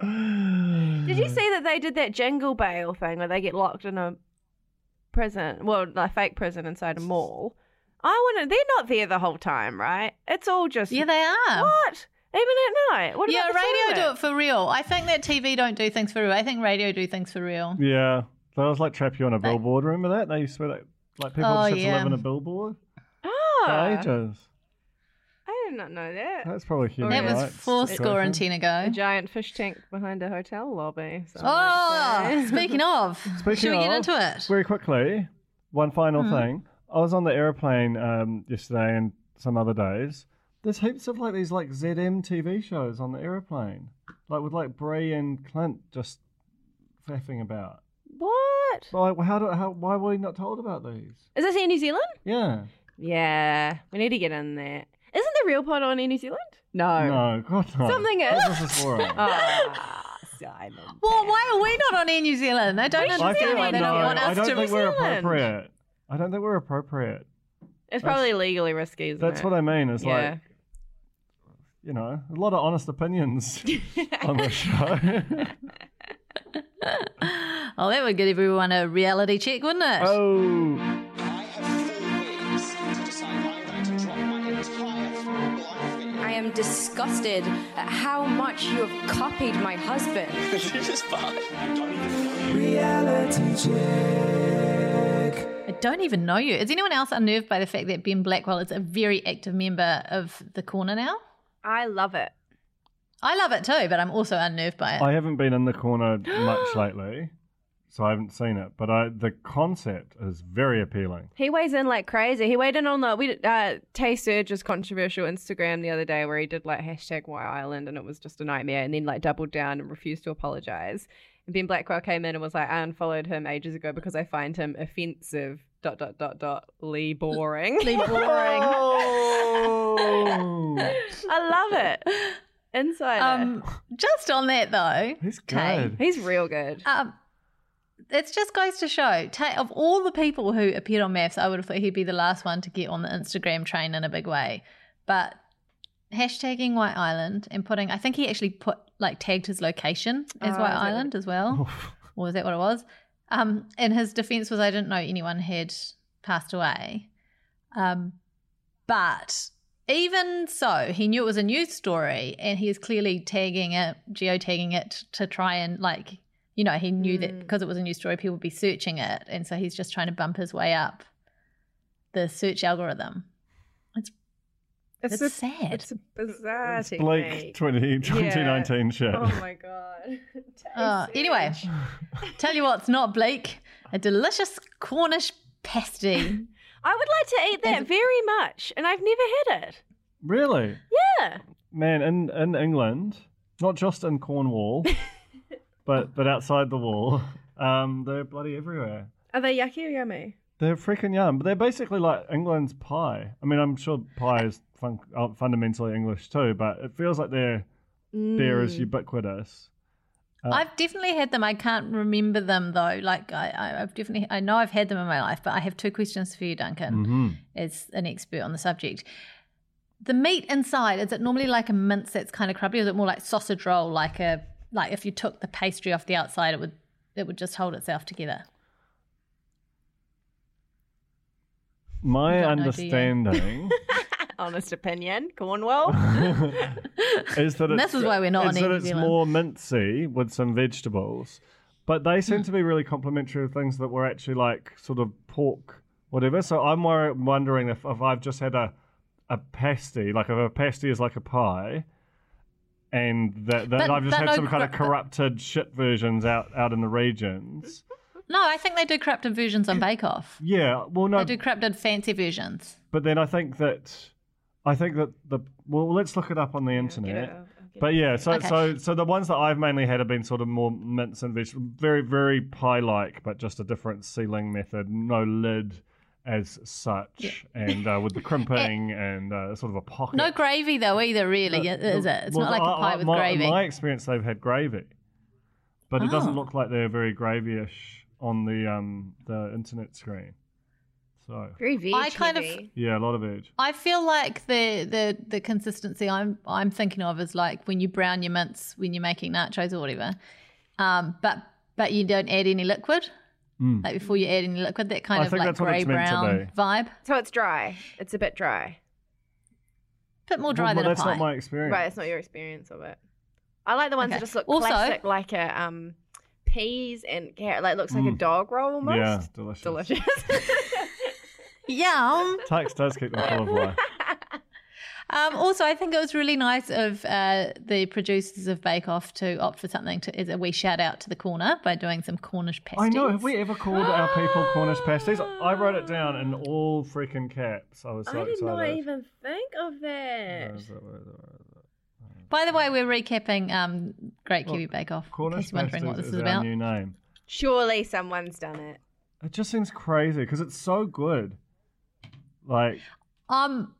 Speaker 4: did you see that they did that jingle bail thing where they get locked in a prison? Well, a fake prison inside a mall. I want to. They're not there the whole time, right? It's all just
Speaker 2: Yeah, they are.
Speaker 4: What? Even at night? What
Speaker 2: yeah,
Speaker 4: about the
Speaker 2: radio do
Speaker 4: toilet?
Speaker 2: it for real. I think that TV don't do things for real. I think radio do things for real.
Speaker 3: Yeah. That was like trap you on a billboard. Remember that? They used to wear that. Like people
Speaker 2: Oh,
Speaker 3: just had to
Speaker 2: yeah.
Speaker 3: live in a billboard
Speaker 4: Oh,
Speaker 3: for
Speaker 4: I
Speaker 3: ages.
Speaker 4: did not know that.
Speaker 3: That's probably human
Speaker 2: That was
Speaker 3: rights
Speaker 2: four score and
Speaker 3: situation.
Speaker 2: ten
Speaker 4: A
Speaker 2: ago.
Speaker 4: giant fish tank behind a hotel lobby. so I
Speaker 2: Oh,
Speaker 4: might say.
Speaker 2: speaking of, should
Speaker 3: [LAUGHS] Speaking
Speaker 2: we get
Speaker 3: of,
Speaker 2: into it? Hmm.
Speaker 3: Very quickly, one final thing. I was on the airplane um, yesterday and some other days. There's heaps of like these like ZM TV shows on the airplane, like with like Brie and Clint just faffing about.
Speaker 4: What?
Speaker 3: But like, how do how why were we not told about these?
Speaker 4: Is this in New Zealand?
Speaker 3: Yeah,
Speaker 4: Yeah, we need to get in there. Isn't the real pod on in New Zealand?
Speaker 2: Oh.
Speaker 4: No.
Speaker 3: no, God no.
Speaker 4: Something is.
Speaker 3: What is this
Speaker 2: [LAUGHS]
Speaker 3: for?
Speaker 4: [LAUGHS] Ah, Simon.
Speaker 2: Well, why are we not on Air New Zealand? They don't
Speaker 4: We should
Speaker 3: I
Speaker 4: be
Speaker 3: feel
Speaker 2: understand why they
Speaker 3: like no,
Speaker 4: on Air
Speaker 2: don't want
Speaker 3: I
Speaker 2: us
Speaker 3: don't
Speaker 2: to.
Speaker 4: be-
Speaker 3: think we're
Speaker 4: New Zealand.
Speaker 3: appropriate. I don't think we're appropriate.
Speaker 4: It's probably legally risky, isn't
Speaker 3: That's
Speaker 4: it?
Speaker 3: what I mean. It's
Speaker 4: yeah.
Speaker 3: like you know, a lot of honest
Speaker 4: [LAUGHS]
Speaker 3: opinions on the show.
Speaker 2: Oh, that would give everyone a reality check, wouldn't it?
Speaker 3: oh,
Speaker 5: I have four weeks to decide whether I'm going to drop my entire life.
Speaker 6: I am disgusted at how much you have copied my husband.
Speaker 2: I don't even know you. Is anyone else unnerved by the fact that Ben Blackwell is a very active member of the corner now?
Speaker 4: I love it.
Speaker 2: I love it too, but I'm also unnerved by it.
Speaker 3: I haven't been in the corner
Speaker 4: [GASPS]
Speaker 3: much lately, so I haven't seen it. But I, the concept is very
Speaker 4: [LAUGHS]
Speaker 3: appealing.
Speaker 4: He weighs in like crazy. He weighed in on the we uh, Tay Surge's controversial Instagram the other day where he did like hashtag Why Island and it was just a nightmare and then like doubled down and refused to apologize. And Ben Blackwell came in and was like, I unfollowed him ages ago because I find him offensive. Dot dot dot dot. Lee boring.
Speaker 2: Really boring.
Speaker 3: Oh,
Speaker 4: [LAUGHS] I love [LAUGHS] it. Inside.
Speaker 2: Um, just on that though,
Speaker 3: he's
Speaker 2: Tay.
Speaker 3: good.
Speaker 4: He's real good.
Speaker 2: um, it just goes to show, Tay, of all the people who appeared on maps, I would have thought he'd be the last one to get on the Instagram train in a big way. But hashtagging White Island and putting, I think he actually put like tagged his location as
Speaker 4: Oh,
Speaker 2: White
Speaker 4: is it-
Speaker 2: Island as well. or was that what it was? Um, and his defense was, I didn't know anyone had passed away. Um, but even so, he knew it was a news story, and he is clearly tagging it, geotagging it to try and like, you know, he knew
Speaker 4: Hmm.
Speaker 2: that because it was a news story, people would be searching it, and so he's just trying to bump his way up the search algorithm. It's
Speaker 4: a-
Speaker 2: sad.
Speaker 4: It's a bizarre
Speaker 3: It's Blake
Speaker 4: technique.
Speaker 3: 20, 2019 shit.
Speaker 4: Oh my god. [LAUGHS] Tay
Speaker 2: Uh, anyway,
Speaker 4: Surge.
Speaker 2: [LAUGHS] tell you what's not bleak, a delicious Cornish pasty.
Speaker 4: I would like to eat that very much, and I've never had it.
Speaker 3: Really,
Speaker 4: Yeah.
Speaker 3: man, in in England, not just in Cornwall, but but outside the wall, um, they're bloody everywhere.
Speaker 4: Are they yucky or yummy?
Speaker 3: They're freaking yum, but they're basically like England's pie. I mean, I'm sure pie is fun- uh, fundamentally English too, but it feels like they're they're as ubiquitous.
Speaker 2: I've definitely had them. I can't remember them though. Like I, I, I've definitely, I know I've had them in my life, but I have two questions for you, Duncan, as an expert on the subject. The meat inside is it normally like a mince that's kind of crumbly, or is it more like sausage roll? Like a like if you took the pastry off the outside, it would it would just hold itself together. don't
Speaker 3: My
Speaker 2: know, do you?
Speaker 3: understanding
Speaker 4: Honest opinion,
Speaker 2: [LAUGHS]
Speaker 4: Cornwall.
Speaker 3: is that
Speaker 2: And
Speaker 3: it's,
Speaker 2: this is why we're not
Speaker 3: is
Speaker 2: on Air
Speaker 3: that
Speaker 2: New
Speaker 3: it's
Speaker 2: Zealand.
Speaker 3: more mincy with some vegetables, but they
Speaker 2: Hmm.
Speaker 3: seem to be really complementary of things that were actually like sort of pork, whatever. So I'm wor- wondering if, if I've just had a a pasty, like if a pasty is like a pie, and that, that
Speaker 2: But-
Speaker 3: I've just
Speaker 2: but
Speaker 3: had
Speaker 2: no
Speaker 3: some kind of
Speaker 2: cor-
Speaker 3: corrupted shit versions out out in the regions.
Speaker 2: No, I think they do corrupted versions on Bake Off.
Speaker 3: Yeah, well, no,
Speaker 2: They do corrupted fancy versions.
Speaker 3: but then I think that I think that the well, let's look it up on the internet. But yeah, so
Speaker 2: Okay.
Speaker 3: so so the ones that I've mainly had have been sort of more mince and vegetable, very very pie like, but just a different sealing method, no lid, as such, and uh,
Speaker 2: [LAUGHS]
Speaker 3: with the crimping and uh, sort of a pocket. Uh,
Speaker 2: No gravy though either, really, is it? It's
Speaker 3: Well,
Speaker 2: not like
Speaker 3: I-
Speaker 2: a
Speaker 3: I-
Speaker 2: pie with
Speaker 3: my,
Speaker 2: gravy.
Speaker 3: My experience, they've had gravy, but it doesn't
Speaker 2: Oh.
Speaker 3: look like they're very gravyish on the um the internet screen. So
Speaker 4: Very veggie.
Speaker 3: E
Speaker 2: I kind of-
Speaker 3: yeah, a lot of edge.
Speaker 2: I feel like the, the the consistency I'm I'm thinking of is like when you brown your mince when you're making nachos or whatever, um, but but you don't add any liquid. Like before you add any liquid, that kind
Speaker 3: Mm. I
Speaker 2: of
Speaker 3: think
Speaker 2: like
Speaker 3: that's what
Speaker 2: grey
Speaker 3: it's meant to
Speaker 2: brown
Speaker 3: be.
Speaker 2: vibe,
Speaker 4: So it's dry. It's a bit dry.
Speaker 2: bit more dry
Speaker 3: Well,
Speaker 2: than a
Speaker 3: that's
Speaker 2: pie.
Speaker 3: not my experience.
Speaker 4: Right, it's not your experience of it. I like the ones
Speaker 2: Okay.
Speaker 4: that just look
Speaker 2: Also-
Speaker 4: classic, like a um peas and carrot. Like looks like
Speaker 2: Mm.
Speaker 4: a dog roll almost.
Speaker 3: Yeah, delicious.
Speaker 4: [LAUGHS] Delicious.
Speaker 2: [LAUGHS] Yum.
Speaker 3: Tax does keep them full of life.
Speaker 2: [LAUGHS] Um, also, I think it was really nice of uh, the producers of Bake Off to opt for something to, as a wee shout out to the corner by doing some Cornish pasties.
Speaker 3: I know. Have we ever called our people Cornish pasties? I wrote it down in all freaking caps. I was so
Speaker 4: I did
Speaker 3: excited.
Speaker 4: not even think of
Speaker 3: Where
Speaker 4: that.
Speaker 3: is it, where is it, where is it?
Speaker 2: By the way, we're recapping um, Great Kiwi
Speaker 3: Well,
Speaker 2: Bake Off. in
Speaker 3: Cornish
Speaker 2: case you're wondering
Speaker 3: pasties
Speaker 2: what this
Speaker 3: is,
Speaker 2: is,
Speaker 3: our
Speaker 2: about.
Speaker 3: new name.
Speaker 4: Surely someone's done it.
Speaker 3: It just seems crazy because it's so good. Like
Speaker 2: Um,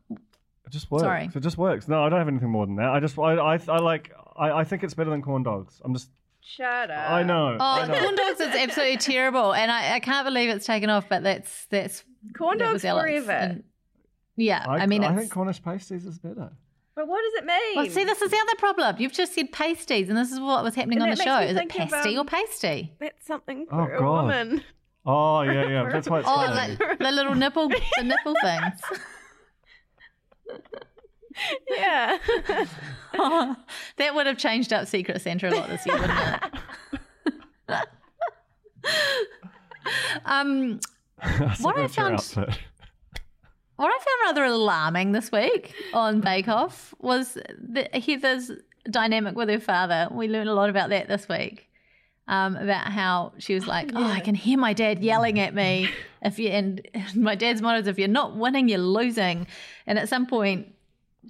Speaker 3: it just works.
Speaker 2: Sorry.
Speaker 3: It just works. No, I don't have anything more than that. I just I I, I like I, I think it's better than corn dogs. I'm just
Speaker 4: Shut up.
Speaker 3: I know. I
Speaker 2: oh,
Speaker 3: know.
Speaker 2: corn dogs is absolutely terrible, and I, I can't believe it's taken off. But that's that's
Speaker 4: Corn
Speaker 2: that
Speaker 4: dogs
Speaker 2: was Alex,
Speaker 4: forever.
Speaker 2: and- yeah, I,
Speaker 3: I,
Speaker 2: mean,
Speaker 3: I
Speaker 2: it's,
Speaker 3: think Cornish pasties is better.
Speaker 4: But what does it mean?
Speaker 2: well, see, this is the other problem. You've just said pasties, and this is what was happening
Speaker 4: And
Speaker 2: on the
Speaker 4: that
Speaker 2: show.
Speaker 4: makes
Speaker 2: Is
Speaker 4: me
Speaker 2: it
Speaker 4: think of,
Speaker 2: pasty or
Speaker 4: um,
Speaker 2: pasty?
Speaker 4: [LAUGHS] That's something
Speaker 3: Oh,
Speaker 4: for a
Speaker 3: God.
Speaker 4: woman.
Speaker 3: Oh yeah, yeah. That's why it's
Speaker 2: [LAUGHS] Oh,
Speaker 3: funny.
Speaker 2: like the little nipple, the
Speaker 4: [LAUGHS]
Speaker 2: nipple things.
Speaker 4: [LAUGHS]
Speaker 2: [LAUGHS]
Speaker 4: yeah. [LAUGHS]
Speaker 2: that would have changed up Secret Santa a lot this year, wouldn't it? [LAUGHS] um,
Speaker 3: That's
Speaker 2: what I
Speaker 3: about your
Speaker 2: found-
Speaker 3: outfit.
Speaker 2: what I found rather alarming this week on Bake Off was the, Heather's dynamic with her father. We learned a lot about that this week. Um, about how she was like, "Oh, I can hear my dad yelling at me." If you and my dad's motto is, "If you're not winning, you're losing." And at some point,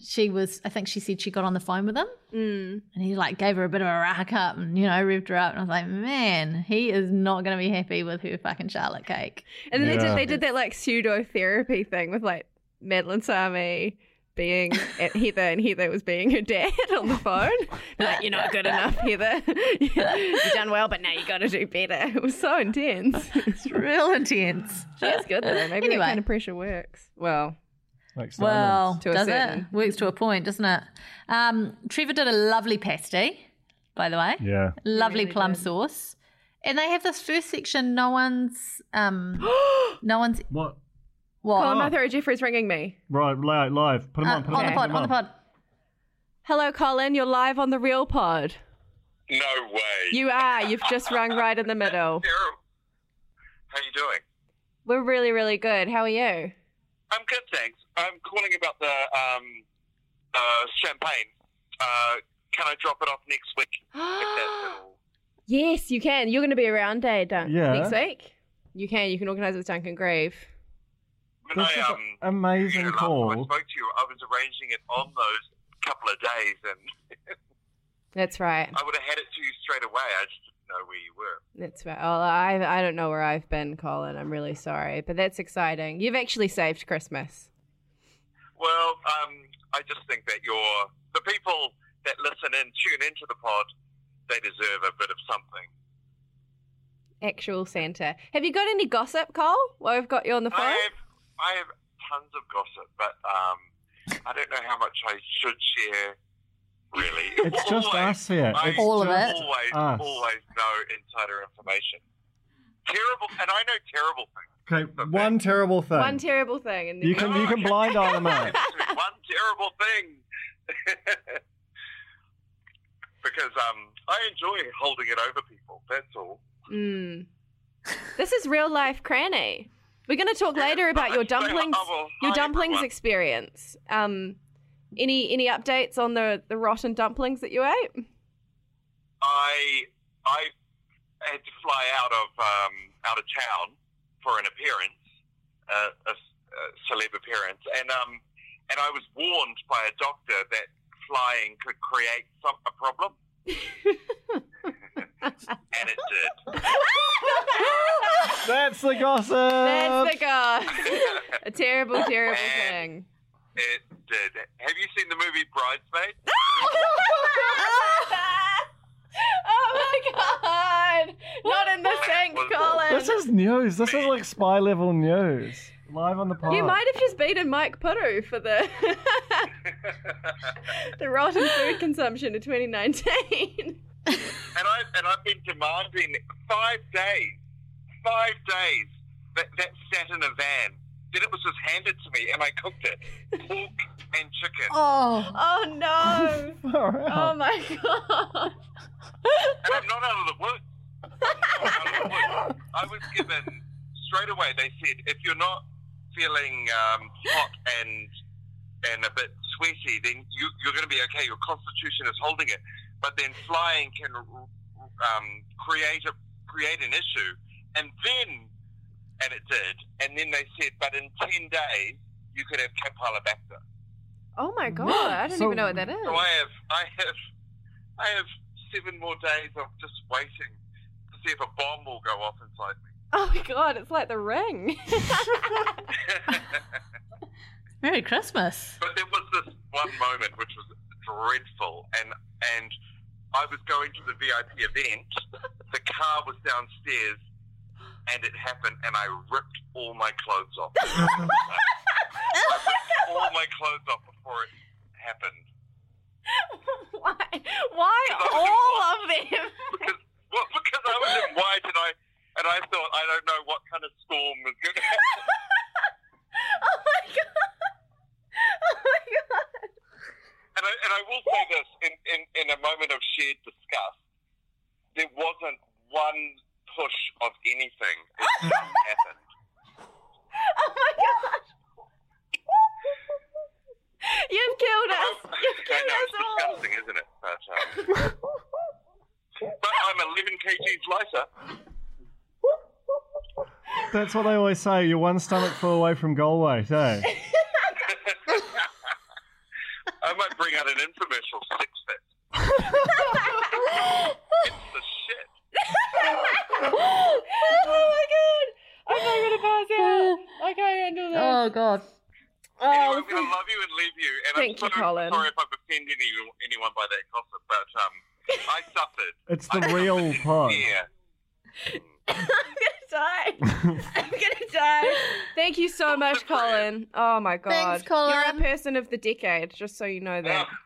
Speaker 2: she was. I think she said she got on the phone with him, and he like gave her a bit of a rack up and you know ripped her up. And I was like, "Man, he is not going to be happy with her fucking Charlotte cake."
Speaker 4: And then they
Speaker 3: Yeah.
Speaker 4: did they did that like pseudo therapy thing with like Madeline Sami [LAUGHS] being at Heather and Heather was being her dad on the phone. [LAUGHS] like, you're not good enough, Heather. [LAUGHS] You've done well, but now you gotta do better. It was so [LAUGHS] intense.
Speaker 2: It's real intense.
Speaker 4: That's good though. Maybe
Speaker 2: Anyway.
Speaker 4: that kind of pressure works. Well,
Speaker 3: [LAUGHS] Like
Speaker 2: Well,
Speaker 3: diamonds.
Speaker 4: To a
Speaker 2: does it?
Speaker 4: certain-
Speaker 2: Works to a point, doesn't it? Um, Trevor did a lovely pasty, by the way.
Speaker 3: yeah.
Speaker 2: Lovely plum sauce. And they have this first section, no one's um no one's
Speaker 3: What?
Speaker 2: what
Speaker 4: oh, Martha Jeffrey's ringing me.
Speaker 3: Right, li- live. Put them
Speaker 2: Uh,
Speaker 3: on. Put 'em
Speaker 2: on the
Speaker 3: on.
Speaker 2: pod,
Speaker 3: put 'em
Speaker 2: on the pod.
Speaker 4: Hello, Colin. You're live on the Real Pod.
Speaker 7: No way.
Speaker 4: You are. You've just rung right in the
Speaker 7: [LAUGHS]
Speaker 4: middle.
Speaker 7: Terrible. How you doing?
Speaker 4: We're really, really good. How are you?
Speaker 7: I'm good, thanks. I'm calling about the um, uh, champagne. Uh, can I drop it off next week? If that's all?
Speaker 4: Yes, you can. You're going to be around, eh, Dunk?
Speaker 3: Yeah.
Speaker 4: Next week? You can. You can organise with Duncan Grave.
Speaker 7: When
Speaker 3: This
Speaker 7: I,
Speaker 3: is
Speaker 7: um,
Speaker 3: an amazing
Speaker 7: yeah, last time I
Speaker 3: call.
Speaker 7: spoke to you, I was arranging it on those couple of days, and
Speaker 4: That's right.
Speaker 7: I would have had it to you straight away. I just didn't know where you were.
Speaker 4: That's right. Oh, I, I don't know where I've been, Colin. I'm really sorry. But that's exciting. You've actually saved Christmas.
Speaker 7: Well, um, I just think that your the people that listen and tune into the pod, they deserve a bit of something.
Speaker 4: Actual Santa. Have you got any gossip, Cole, while I've got you on the phone?
Speaker 7: I have, I have tons of gossip, but um, I don't know how much I should share. Really,
Speaker 3: [LAUGHS] It's just us here.
Speaker 7: I
Speaker 3: It's
Speaker 2: All of
Speaker 3: just
Speaker 2: it.
Speaker 7: Always,
Speaker 3: us.
Speaker 7: always know insider information. Terrible, and I know terrible things.
Speaker 3: Okay, one terrible thing.
Speaker 4: One terrible thing. And then
Speaker 3: You can you can blind eye
Speaker 2: [LAUGHS]
Speaker 3: them out.
Speaker 7: one terrible thing. [LAUGHS] because um, I enjoy holding it over people. That's all.
Speaker 4: Mm. This is real life cranny. We're going to talk later about your dumplings,
Speaker 7: Oh, well,
Speaker 4: your
Speaker 7: hi,
Speaker 4: dumplings
Speaker 7: everyone.
Speaker 4: experience. Um, any any updates on the the rotten dumplings that you ate?
Speaker 7: I I had to fly out of um, out of town for an appearance, uh, a, a celeb appearance, and um, and I was warned by a doctor that flying could create some a problem, and it did.
Speaker 3: That's That's the gossip. Um,
Speaker 4: That's the gossip. a terrible, terrible thing. [LAUGHS]
Speaker 7: It did. Have you seen the movie Bridesmaid? [LAUGHS]
Speaker 4: oh my god! Not in the sink, Colin.
Speaker 3: This is news. This is like spy level news. Live on the pod.
Speaker 4: you
Speaker 3: [LAUGHS]
Speaker 4: might have just beaten Mike Puru for the [LAUGHS] the rotten food consumption of 2019.
Speaker 7: and I and I've been demanding five days, five days that that sat in a van. Then it was just handed to me, and I cooked it, pork and chicken.
Speaker 2: Oh,
Speaker 4: oh
Speaker 7: [LAUGHS]
Speaker 4: no!
Speaker 3: Far out.
Speaker 4: Oh
Speaker 2: um,
Speaker 4: my [LAUGHS] god!
Speaker 7: And I'm not out of the woods. I'm not out of the woods. I was given straight away. They said if you're not feeling um, hot and and a bit sweaty, then you, you're going to be okay. Your constitution is holding it, but then flying can um, create a create an issue, and then and it did. And then they said, but in ten days you could have Campylobacter.
Speaker 4: Oh my god! I don't
Speaker 3: So-
Speaker 4: even know what that is.
Speaker 7: So I have, I have, I have seven more days of just waiting to see if a bomb will go off inside
Speaker 4: [LAUGHS] Oh my god! It's like the ring. [LAUGHS]
Speaker 7: me.
Speaker 2: Merry
Speaker 7: [LAUGHS]
Speaker 2: Christmas.
Speaker 7: [LAUGHS] but there was this one moment which was dreadful, and and I was going to the VIP event. The car was downstairs, and it happened, and I ripped all my clothes off. I ripped all my clothes off before it happened.
Speaker 4: Why? Why all of
Speaker 2: [LAUGHS]
Speaker 4: them?
Speaker 7: because well, because I was in white and I and I thought I don't know what kind of storm was going to happen.
Speaker 4: Oh my god! Oh my god!
Speaker 7: [LAUGHS] And I and I will say this in, in, in a moment of shared disgust, there wasn't one push of anything. It just happened.
Speaker 4: Oh my god! You've killed us!
Speaker 7: Oh,
Speaker 4: You've
Speaker 7: I
Speaker 4: killed
Speaker 7: know
Speaker 4: us
Speaker 7: it's
Speaker 4: all! [LAUGHS]
Speaker 7: disgusting, isn't it? But, um, but I'm 11 kgs lighter. [LAUGHS]
Speaker 3: That's what they always say. You're one stomach full away from goal
Speaker 2: [LAUGHS]
Speaker 3: weight, eh?
Speaker 7: I might bring out an infomercial six fit. it's the shit.
Speaker 4: oh my god! I'm not gonna pass out. I can't handle this.
Speaker 2: Oh God.
Speaker 7: Anyway, I'm going to love you and leave you.
Speaker 4: Oh,
Speaker 7: And
Speaker 4: Thank you,
Speaker 7: I'm so
Speaker 4: Colin.
Speaker 7: sorry if I've offended any- anyone by that gossip, but um,
Speaker 4: [LAUGHS]
Speaker 7: I suffered.
Speaker 3: It's the
Speaker 7: I
Speaker 3: real
Speaker 7: suffered in
Speaker 3: pod.
Speaker 7: fear.
Speaker 4: I'm gonna die. I'm gonna die. Thank you so much, Colin. Oh my god.
Speaker 2: Thanks, Colin.
Speaker 4: You're a person of the decade, just so you know that.
Speaker 7: Ah. [SIGHS]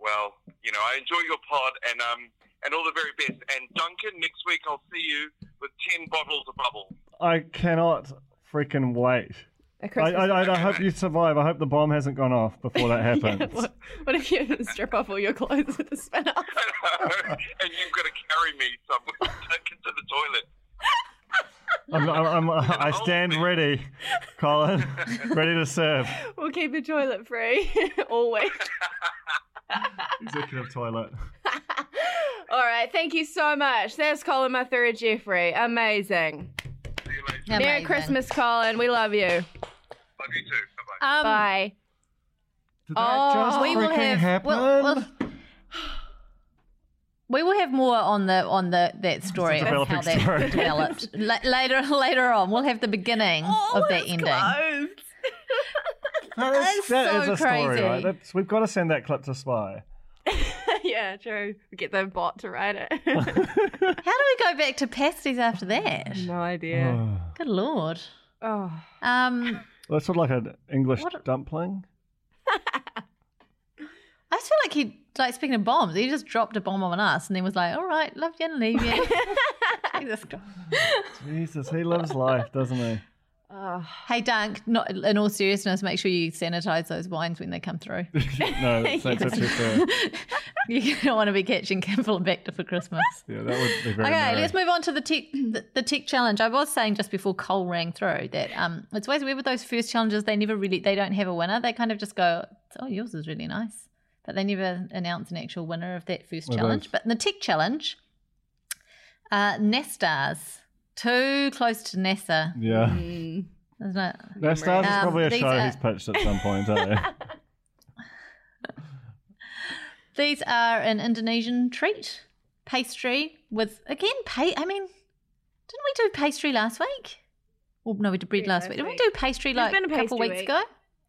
Speaker 7: Well, you know, I enjoy your pod and um and all the very best. And Duncan, next week I'll see you with ten bottles of bubble. [LAUGHS]
Speaker 3: I cannot freaking wait.
Speaker 4: A
Speaker 3: I,
Speaker 4: Christmas. [LAUGHS]
Speaker 3: I, I, I hope you survive. I hope the bomb hasn't gone off
Speaker 2: [LAUGHS]
Speaker 3: before that happens.
Speaker 4: what, what if you strip off all your clothes with a spin
Speaker 7: [LAUGHS]
Speaker 4: off?
Speaker 7: and you've got to carry me [LAUGHS] somewhere to the toilet.
Speaker 3: I'm, I'm, I'm, [LAUGHS] I stand ready, [LAUGHS] Colin. Ready to serve.
Speaker 4: We'll keep your toilet free [LAUGHS] always.
Speaker 3: Executive toilet.
Speaker 4: All right, thank you so much. There's Colin Mathura Jeffrey. Amazing.
Speaker 7: See you later.
Speaker 4: Merry
Speaker 2: Amazing.
Speaker 4: Christmas, Colin. We love you.
Speaker 7: Love you too. Bye bye.
Speaker 2: Um,
Speaker 4: Bye.
Speaker 3: Did
Speaker 4: Oh,
Speaker 3: that just
Speaker 2: we will
Speaker 3: freaking
Speaker 2: have
Speaker 3: happen?
Speaker 2: We'll, we'll, we will have more on the on the that story of
Speaker 3: developing
Speaker 2: how that [LAUGHS]
Speaker 3: story.
Speaker 2: developed La- later later on. We'll have the beginning
Speaker 3: Oh,
Speaker 2: of that ending.
Speaker 3: That is,
Speaker 2: That's
Speaker 3: that
Speaker 2: so
Speaker 3: is a story,
Speaker 2: crazy.
Speaker 3: right? That's, we've got to send that clip to Spy.
Speaker 4: [LAUGHS] yeah, true. Get the bot to write it. [LAUGHS]
Speaker 2: How do we go back to pasties after that?
Speaker 4: no idea.
Speaker 2: Good lord.
Speaker 4: Oh.
Speaker 2: Um,
Speaker 3: That's sort of like an English
Speaker 2: What a-
Speaker 3: dumpling.
Speaker 2: I just feel like he like speaking of bombs, he just dropped a bomb on us and then was like, "All right, love you and leave
Speaker 3: [LAUGHS]
Speaker 2: you." Jesus Christ.
Speaker 3: Jesus, he loves life,
Speaker 2: [LAUGHS]
Speaker 3: doesn't he?
Speaker 2: Hey, Dunk. Not in all seriousness, make sure you sanitize those wines when they come through. [LAUGHS]
Speaker 3: no, that's that's actually fair.
Speaker 2: you don't want to be catching Campylobacter for Christmas.
Speaker 3: Yeah, that would be very
Speaker 2: Okay,
Speaker 3: merry.
Speaker 2: let's move on to the tech [CLEARS THROAT] the, the tech challenge. I was saying just before Cole rang through that um, it's always weird with those first challenges. They never really they don't have a winner. They kind of just go, oh, yours is really nice, but they never announce an actual winner of that first
Speaker 3: Well,
Speaker 2: challenge.
Speaker 3: those-
Speaker 2: But in the tech challenge, uh, Nestars too close to NASA,
Speaker 3: Yeah.
Speaker 2: isn't it?
Speaker 3: No, Stars is
Speaker 2: Um,
Speaker 3: probably a
Speaker 2: these
Speaker 3: show
Speaker 2: are-
Speaker 3: he's pitched at some point,
Speaker 2: [LAUGHS]
Speaker 3: isn't it?
Speaker 2: These are an Indonesian treat pastry with again, pa- I mean, Didn't we do pastry last week? Well, no, we did bread last week. Didn't we do pastry like
Speaker 4: been a
Speaker 2: a couple
Speaker 4: pastry
Speaker 2: weeks
Speaker 4: week.
Speaker 2: ago?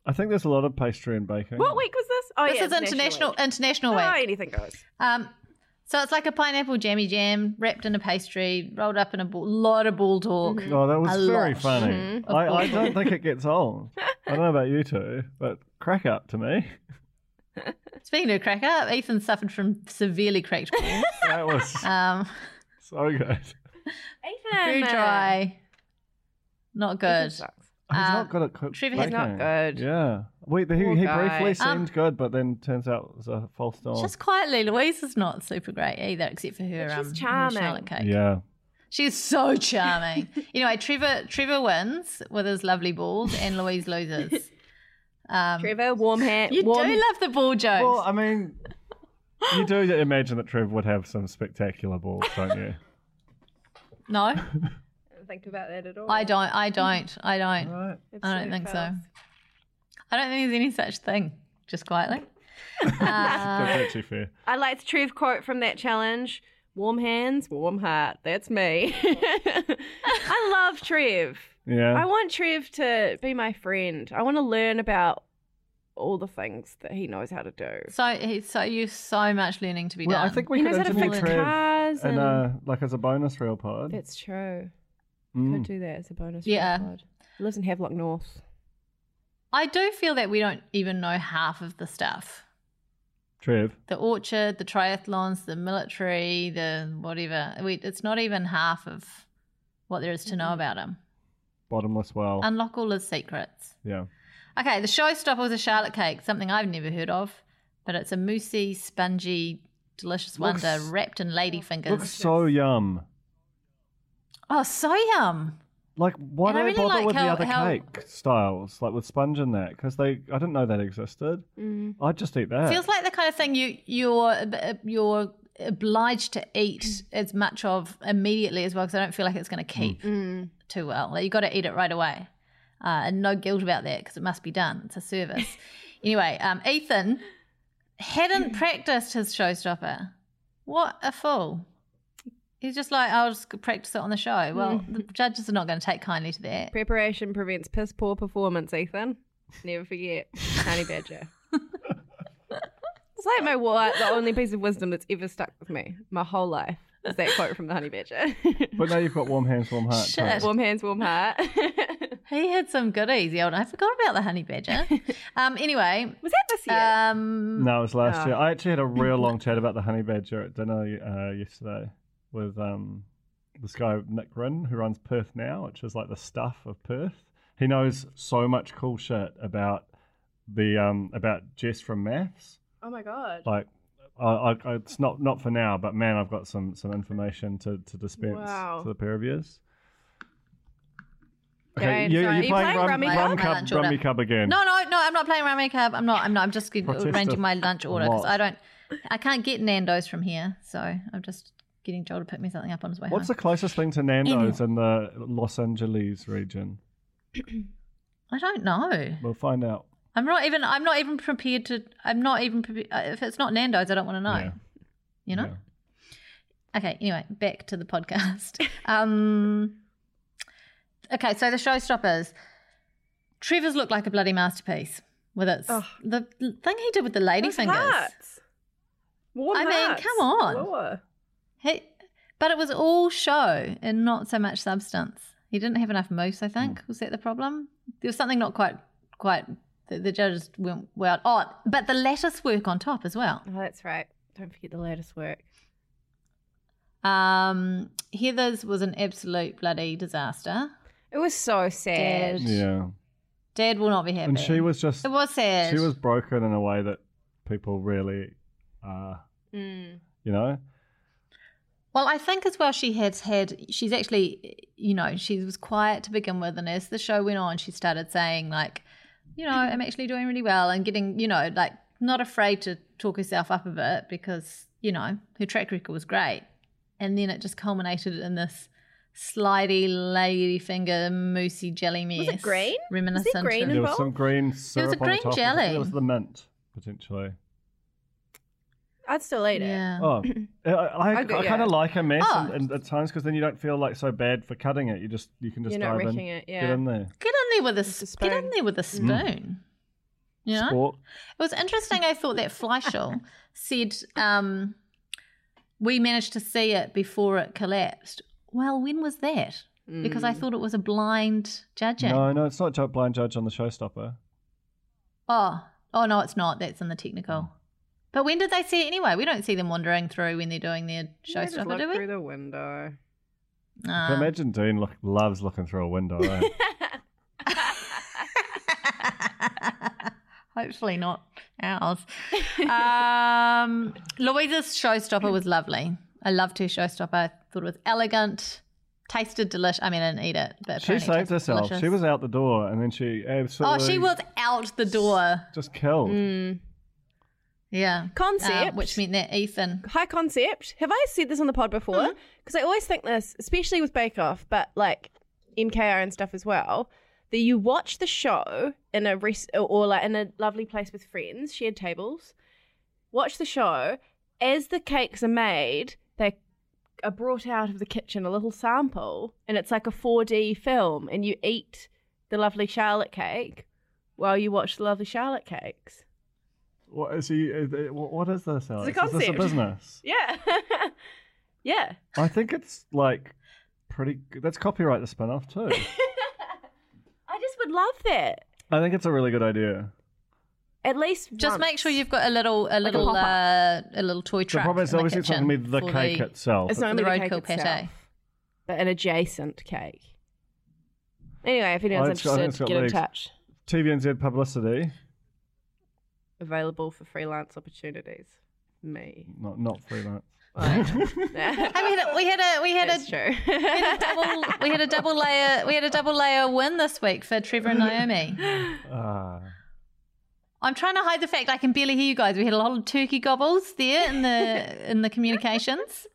Speaker 3: I think there's a lot of pastry and baking.
Speaker 4: What week was this? Oh,
Speaker 2: this
Speaker 4: yeah,
Speaker 2: is international
Speaker 4: Week.
Speaker 2: international
Speaker 4: Oh,
Speaker 2: week.
Speaker 4: anything goes.
Speaker 2: Um, so it's like a pineapple jammy jam wrapped in a pastry, rolled up in a ball, lot of bull talk.
Speaker 4: Mm-hmm.
Speaker 3: Oh, that was
Speaker 2: A
Speaker 3: very
Speaker 2: lot.
Speaker 3: funny.
Speaker 2: Of
Speaker 3: I, I
Speaker 2: course.
Speaker 3: don't think it gets
Speaker 4: [LAUGHS]
Speaker 3: old. I don't know about you two, but crack up to me.
Speaker 2: Speaking of crack up, Ethan suffered from severely cracked
Speaker 4: [LAUGHS]
Speaker 2: balls.
Speaker 3: That was
Speaker 4: Uh,
Speaker 2: um,
Speaker 3: so good.
Speaker 2: very dry, not good.
Speaker 3: He's
Speaker 2: Um,
Speaker 3: not good at cook-
Speaker 2: Trevor has
Speaker 3: baking.
Speaker 4: not good.
Speaker 3: Yeah. Wait, the, he,
Speaker 4: Poor
Speaker 3: he
Speaker 4: guy.
Speaker 3: briefly
Speaker 2: Um,
Speaker 3: seemed good, but then turns out it was a false dawn.
Speaker 2: Just quietly, Louise is not super great either, except for her.
Speaker 4: But she's
Speaker 2: um, her
Speaker 4: charming.
Speaker 2: Charlotte cake.
Speaker 3: Yeah.
Speaker 2: She's so charming. [LAUGHS] anyway, Trevor Trevor wins with his lovely balls, and Louise loses. Um,
Speaker 4: Trevor, warm hat.
Speaker 2: you
Speaker 4: warm
Speaker 2: do love the ball jokes.
Speaker 3: Well, I [LAUGHS] mean, you do imagine that Trev would have some spectacular balls, don't
Speaker 4: [LAUGHS]
Speaker 3: you?
Speaker 2: no,
Speaker 4: haven't think about that at all.
Speaker 2: I don't. I don't. I don't.
Speaker 3: Right.
Speaker 2: I don't think so. I don't think there's any such thing. Just [LAUGHS] quietly. Uh,
Speaker 3: That's actually fair.
Speaker 4: I liked Trev quote from that challenge. Warm hands, warm heart. That's me. [LAUGHS] I love Trev. I
Speaker 3: Yeah.
Speaker 4: want Trev to be my friend. I want to learn about all the things that he knows how to do.
Speaker 2: so he- so you so much learning to be
Speaker 3: well,
Speaker 2: done.
Speaker 3: I think we
Speaker 4: He
Speaker 3: could
Speaker 4: knows how to
Speaker 3: interview
Speaker 4: fix
Speaker 3: Trev
Speaker 4: cars
Speaker 3: and
Speaker 4: and-
Speaker 3: uh, like as a bonus real pod.
Speaker 4: That's true. Could
Speaker 3: Mm.
Speaker 4: do that as a bonus.
Speaker 2: Yeah.
Speaker 4: Yeah. He lives in Havelock North.
Speaker 2: I do feel that we don't even know half of the stuff.
Speaker 3: Trev.
Speaker 2: The orchard, the triathlons, the military, the whatever. We, it's not even half of what there is to know about him.
Speaker 3: Bottomless well.
Speaker 2: Unlock all his secrets.
Speaker 3: yeah.
Speaker 2: Okay, the showstopper was a Charlotte cake, something I've never heard of, but it's a moussey, spongy, delicious
Speaker 3: Looks-
Speaker 2: wonder wrapped in lady fingers.
Speaker 3: Looks so yum.
Speaker 2: oh, so yum!
Speaker 3: Like, why
Speaker 2: And
Speaker 3: do
Speaker 2: I
Speaker 3: they
Speaker 2: really
Speaker 3: bother
Speaker 2: like
Speaker 3: with the
Speaker 2: how-
Speaker 3: other
Speaker 2: how-
Speaker 3: cake styles, like with sponge in that? Because they, I didn't know that existed. I'd just eat that.
Speaker 2: Mm. Feels like the kind of thing you you're uh, you're obliged to eat as much of immediately as well, because I don't feel like it's going to keep too well. Like you got to eat it right away, uh, and no guilt about that because it must be done. It's a service. anyway, um, Ethan hadn't practiced his showstopper. What a fool! He's just like, I'll just practice it on the show. Well, the [LAUGHS] judges are not going to take kindly to that.
Speaker 4: Preparation prevents piss poor performance, Ethan. Never forget.
Speaker 2: [LAUGHS]
Speaker 4: Tiny Badger. it's like my what the only piece of wisdom that's ever stuck with me my whole life is that quote from the honey
Speaker 2: [LAUGHS]
Speaker 4: badger.
Speaker 3: [LAUGHS] But now you've got warm hands, warm heart.
Speaker 2: Shit.
Speaker 3: Trev.
Speaker 4: warm hands, warm heart. [LAUGHS] was
Speaker 2: He had some goodies, the old. I forgot about the honey badger. um, anyway,
Speaker 4: that this year?
Speaker 2: um,
Speaker 3: No, it was last year. I actually had a real
Speaker 2: [LAUGHS]
Speaker 3: long chat about the honey badger at dinner uh, yesterday with um, this guy Nick Ryn, who runs Perth now, which is like the stuff of Perth. He knows so much cool shit about the um, about Jess from Maths.
Speaker 4: oh my god.
Speaker 3: Like, I, I, I- it's not not for now, but man, I've got some some information to, to dispense
Speaker 4: Wow.
Speaker 3: to the pair of yous.
Speaker 4: Okay,
Speaker 3: Okay, you,
Speaker 4: sorry.
Speaker 3: you
Speaker 4: Are you
Speaker 3: playing,
Speaker 4: playing
Speaker 3: rum,
Speaker 4: Rummy
Speaker 3: rum,
Speaker 2: Cub? My
Speaker 3: cub,
Speaker 2: lunch order.
Speaker 3: rummy cub again?
Speaker 2: No, no, no. I'm not playing around makeup. I'm not. I'm not. I'm just
Speaker 3: Protest
Speaker 2: arranging
Speaker 3: a
Speaker 2: my lunch order because
Speaker 3: lot.
Speaker 2: I don't. I can't get Nando's from here, so I'm just getting Joel to pick me something up on his way
Speaker 3: What's the
Speaker 2: home.
Speaker 3: closest thing to Nando's in the Los Angeles region?
Speaker 2: I I don't know.
Speaker 3: We'll find out.
Speaker 2: I'm not even. I'm not even prepared to. I'm not even. Prepared, uh, if it's not Nando's, I don't want to know.
Speaker 3: Yeah.
Speaker 2: You know. Okay, anyway, back to the podcast. [LAUGHS] Um, okay, so the showstoppers. Trevor's looked like a bloody masterpiece with its the thing he did with the lady
Speaker 4: Those
Speaker 2: fingers.
Speaker 4: hearts. Warm
Speaker 2: I mean,
Speaker 4: hearts.
Speaker 2: come on.
Speaker 4: Lord.
Speaker 2: He, but it was all show and not so much substance. He didn't have enough moose, I
Speaker 3: Hmm.
Speaker 2: think. Was that the problem? There was something not quite quite. The, the judges weren't well. Oh, but the lattice work on top as well.
Speaker 4: Oh, that's right. Don't forget the latest work.
Speaker 2: Um, Heather's was an absolute bloody disaster.
Speaker 4: It was so sad.
Speaker 2: Dad,
Speaker 3: Yeah.
Speaker 2: Dad will not be happy.
Speaker 3: And she was just
Speaker 2: It was sad.
Speaker 3: she was broken in a way that people really are. You know?
Speaker 2: Well, I think as well she has had she's actually you know, she was quiet to begin with and as the show went on she started saying like, you know, I'm actually doing really well and getting, you know, like not afraid to talk herself up a bit because, you know, her track record was great. And then it just culminated in this slidey lady finger moosey jelly mess.
Speaker 4: it green?
Speaker 2: Reminiscent
Speaker 4: green
Speaker 2: of-
Speaker 4: in
Speaker 3: There was
Speaker 4: Involved?
Speaker 3: some green syrup
Speaker 2: a
Speaker 3: on the
Speaker 2: green
Speaker 3: top. I think
Speaker 2: jelly.
Speaker 3: It was the mint, potentially.
Speaker 4: I'd still eat it.
Speaker 2: Yeah.
Speaker 3: Oh,
Speaker 2: [CLEARS THROAT]
Speaker 3: I, I,
Speaker 4: Okay,
Speaker 3: I
Speaker 4: yeah.
Speaker 3: kind of like a mess
Speaker 2: Oh.
Speaker 3: and, and at times because then you don't feel like so bad for cutting it. You just you can just
Speaker 4: You're not
Speaker 3: dive in,
Speaker 4: wrecking it,
Speaker 3: get
Speaker 4: yeah.
Speaker 3: in there.
Speaker 2: Get in there with a,
Speaker 4: a
Speaker 2: s- get in
Speaker 4: spoon.
Speaker 2: there with a spoon. You know?
Speaker 3: Sport.
Speaker 2: It was interesting. I thought that Fleischel said um, we managed to see it before it collapsed. Well, when was that? Because
Speaker 8: Mm.
Speaker 2: I thought it was a blind judging.
Speaker 3: No, no, it's not Joe Blind Judge on the Showstopper.
Speaker 2: Oh, oh no, it's not. That's in the technical. But when did they see it anyway? We don't see them wandering through when they're doing their
Speaker 8: I just
Speaker 2: showstopper,
Speaker 8: look
Speaker 2: do we?
Speaker 8: through the window.
Speaker 3: I
Speaker 2: Ah.
Speaker 3: imagine Dean look, loves looking through a window.
Speaker 2: [LAUGHS]
Speaker 3: eh?
Speaker 2: Hopefully not ours. Um, Louisa's showstopper was lovely. I loved her showstopper. I thought it was elegant, tasted delicious. I mean, I didn't eat it, but
Speaker 3: she
Speaker 2: apparently it
Speaker 3: saved
Speaker 2: tasted
Speaker 3: herself.
Speaker 2: delicious.
Speaker 3: She was out the door and then she
Speaker 2: Oh,
Speaker 3: absolutely
Speaker 2: she was out the door.
Speaker 3: just killed.
Speaker 2: Mm. Yeah,
Speaker 4: Concept.
Speaker 2: Uh, which meant that Ethan.
Speaker 4: high concept. Have I said this on the pod before? Because I always think this, especially with Bake Off, but like MKR and stuff as well. That you watch the show in a rest or, or like in a lovely place with friends, shared tables. Watch the show as the cakes are made. They are brought out of the kitchen a little sample, and it's like a 4D film, and you eat the lovely Charlotte cake while you watch the lovely Charlotte cakes.
Speaker 3: What is he? uh, uh, What what is this? Alex? Is this a
Speaker 4: concept.
Speaker 3: business?
Speaker 4: Yeah, [LAUGHS] yeah.
Speaker 3: I think it's like pretty. g- That's copyright the spin
Speaker 2: [LAUGHS]
Speaker 3: off too.
Speaker 4: I just would love that.
Speaker 3: I think it's a really good idea.
Speaker 4: At least
Speaker 2: Just
Speaker 4: once.
Speaker 2: make sure you've got a little, a little,
Speaker 4: pop-up.
Speaker 2: uh, a little toy
Speaker 3: The
Speaker 2: truck.
Speaker 3: problem is
Speaker 2: in
Speaker 3: obviously it's not
Speaker 2: kitchen
Speaker 3: going to be the
Speaker 2: for
Speaker 3: cake itself.
Speaker 4: It's not
Speaker 2: the
Speaker 4: only the cake
Speaker 2: roadkill
Speaker 4: itself,
Speaker 2: pate.
Speaker 4: but an adjacent cake. Anyway, if anyone's
Speaker 3: Oh, it's got- I think it's
Speaker 4: interested,
Speaker 3: got
Speaker 4: get in
Speaker 3: legs.
Speaker 4: touch.
Speaker 3: TVNZ publicity,
Speaker 8: Available for freelance opportunities.
Speaker 4: [LAUGHS]
Speaker 8: Me.
Speaker 3: not not freelance.
Speaker 2: I mean, we had a, we had a,
Speaker 8: That's
Speaker 2: [LAUGHS]
Speaker 8: true.
Speaker 2: we had a double, we had a double layer, we had a double layer win this week for Trevor
Speaker 3: [LAUGHS]
Speaker 2: and Naomi.
Speaker 3: Ah,
Speaker 2: I'm trying to hide the fact I can barely hear you guys. We had a lot of turkey gobbles there in the in the communications.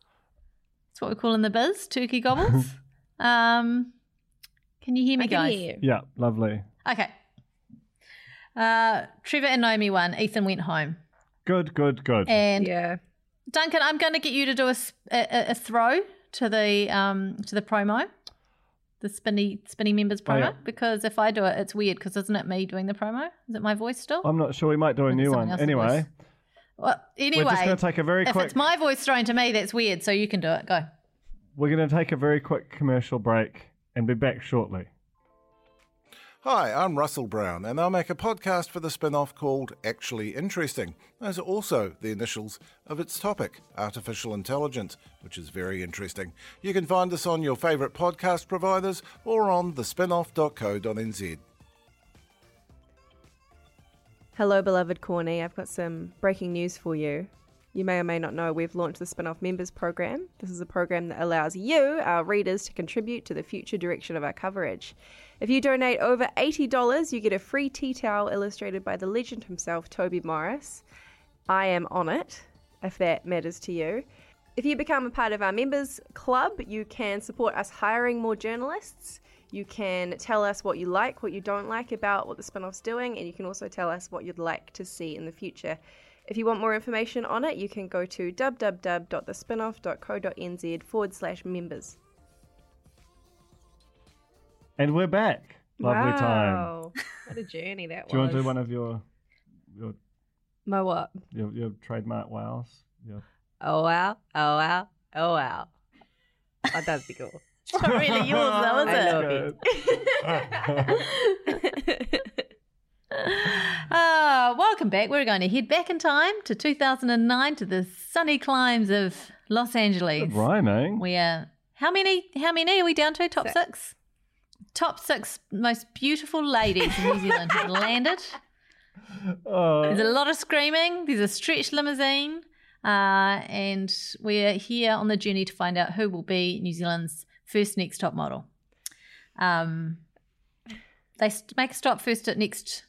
Speaker 2: That's what we call in the biz, turkey gobbles. Um, can you hear me,
Speaker 4: I can
Speaker 2: guys?
Speaker 4: hear you.
Speaker 3: yeah, lovely.
Speaker 2: Okay. Uh, Trevor and Naomi won. Ethan went home,
Speaker 3: Good, good, good.
Speaker 2: and
Speaker 8: yeah.
Speaker 2: Duncan, I'm going to get you to do a, s- a- a- a throw to the um to the promo, the spinny spinny members
Speaker 3: Oh,
Speaker 2: promo,
Speaker 3: yeah.
Speaker 2: because if I do it, it's weird because isn't it me doing the promo? Is it my voice still?
Speaker 3: I'm not sure we might do a
Speaker 2: Or
Speaker 3: new
Speaker 2: someone
Speaker 3: one.
Speaker 2: else's
Speaker 3: Anyway,
Speaker 2: voice. well, anyway,
Speaker 3: we're just going to take a very
Speaker 2: if
Speaker 3: quick.
Speaker 2: it's my voice thrown to me, that's weird. So you can do it. Go.
Speaker 3: [LAUGHS] we're going to take a very quick commercial break and be back shortly.
Speaker 9: Hi, I'm Russell Brown, and I make a podcast for the spin off called Actually Interesting. Those are also the initials of its topic, artificial intelligence, which is very interesting. You can find us on your favourite podcast providers or on thespinoff.co.nz.
Speaker 8: Hello, beloved Corny. I've got some breaking news for you. You may or may not know we've launched the Spin Off Members Program. This is a program that allows you, our readers, to contribute to the future direction of our coverage. If you donate over $80, you get a free tea towel illustrated by the legend himself, Toby Morris. I am on it, if that matters to you. If you become a part of our members club, you can support us hiring more journalists. You can tell us what you like, what you don't like about what the spin off's doing, and you can also tell us what you'd like to see in the future. If you want more information on it, you can go to www.thespinoff.co.nz forward slash members.
Speaker 3: And we're back. Lovely time.
Speaker 8: What a journey that was.
Speaker 3: [LAUGHS]
Speaker 8: Oh,
Speaker 3: Do you want to do one of your your
Speaker 8: My what?
Speaker 3: your, your trademark wows? Your
Speaker 8: Oh wow, oh wow, oh wow. Oh, that'd be cool.
Speaker 2: It's not really yours, though, is
Speaker 8: I
Speaker 2: it?
Speaker 8: love it.
Speaker 2: [LAUGHS]
Speaker 8: [LAUGHS]
Speaker 2: Ah, welcome back. We're going to head back in time to 2009 to the sunny climes of Los Angeles.
Speaker 3: rhyming.
Speaker 2: We are how many? How many are we down to? Top six. Top six most beautiful ladies in New Zealand have landed.
Speaker 3: Oh, Uh,
Speaker 2: There's a lot of screaming. There's a stretched limousine, uh, and we're here on the journey to find out who will be New Zealand's first next top model. Um, they st- make a stop first at next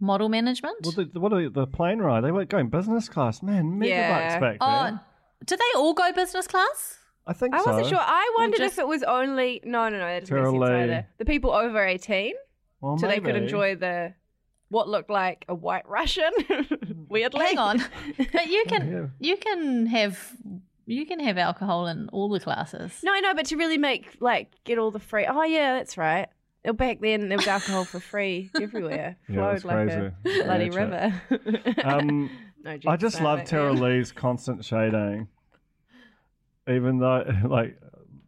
Speaker 2: model management.
Speaker 3: well, the, what are the plane ride? They weren't going business class, man. Mega
Speaker 8: Yeah.
Speaker 3: bucks back
Speaker 2: oh,
Speaker 3: then.
Speaker 2: do they all go business
Speaker 3: [LAUGHS]
Speaker 2: class?
Speaker 3: I think
Speaker 8: I
Speaker 3: so.
Speaker 8: wasn't sure. I wondered
Speaker 2: just-
Speaker 8: if it was only no, no, no. That doesn't make sense
Speaker 3: Surely.
Speaker 8: either. The people over eighteen,
Speaker 3: Well,
Speaker 8: so they could
Speaker 3: maybe.
Speaker 8: enjoy the what looked like a white Russian
Speaker 4: [LAUGHS] weirdly.
Speaker 2: Hang on, but you can
Speaker 3: yeah.
Speaker 2: you can have you can have alcohol in all the classes.
Speaker 4: No, I know, but to really make like get all the free. Oh yeah, that's right. Well, Back then there was alcohol
Speaker 3: [LAUGHS]
Speaker 4: for free everywhere.
Speaker 3: Yeah, that's
Speaker 4: Flowed like a
Speaker 3: crazy.
Speaker 4: bloody
Speaker 3: Yeah, true.
Speaker 4: river. [LAUGHS]
Speaker 8: [LAUGHS]
Speaker 3: Um,
Speaker 4: No
Speaker 3: I
Speaker 4: jokes
Speaker 3: just
Speaker 4: about
Speaker 3: love
Speaker 4: it,
Speaker 3: Tara
Speaker 4: man.
Speaker 3: Lee's constant shading. Even though, [LAUGHS] like,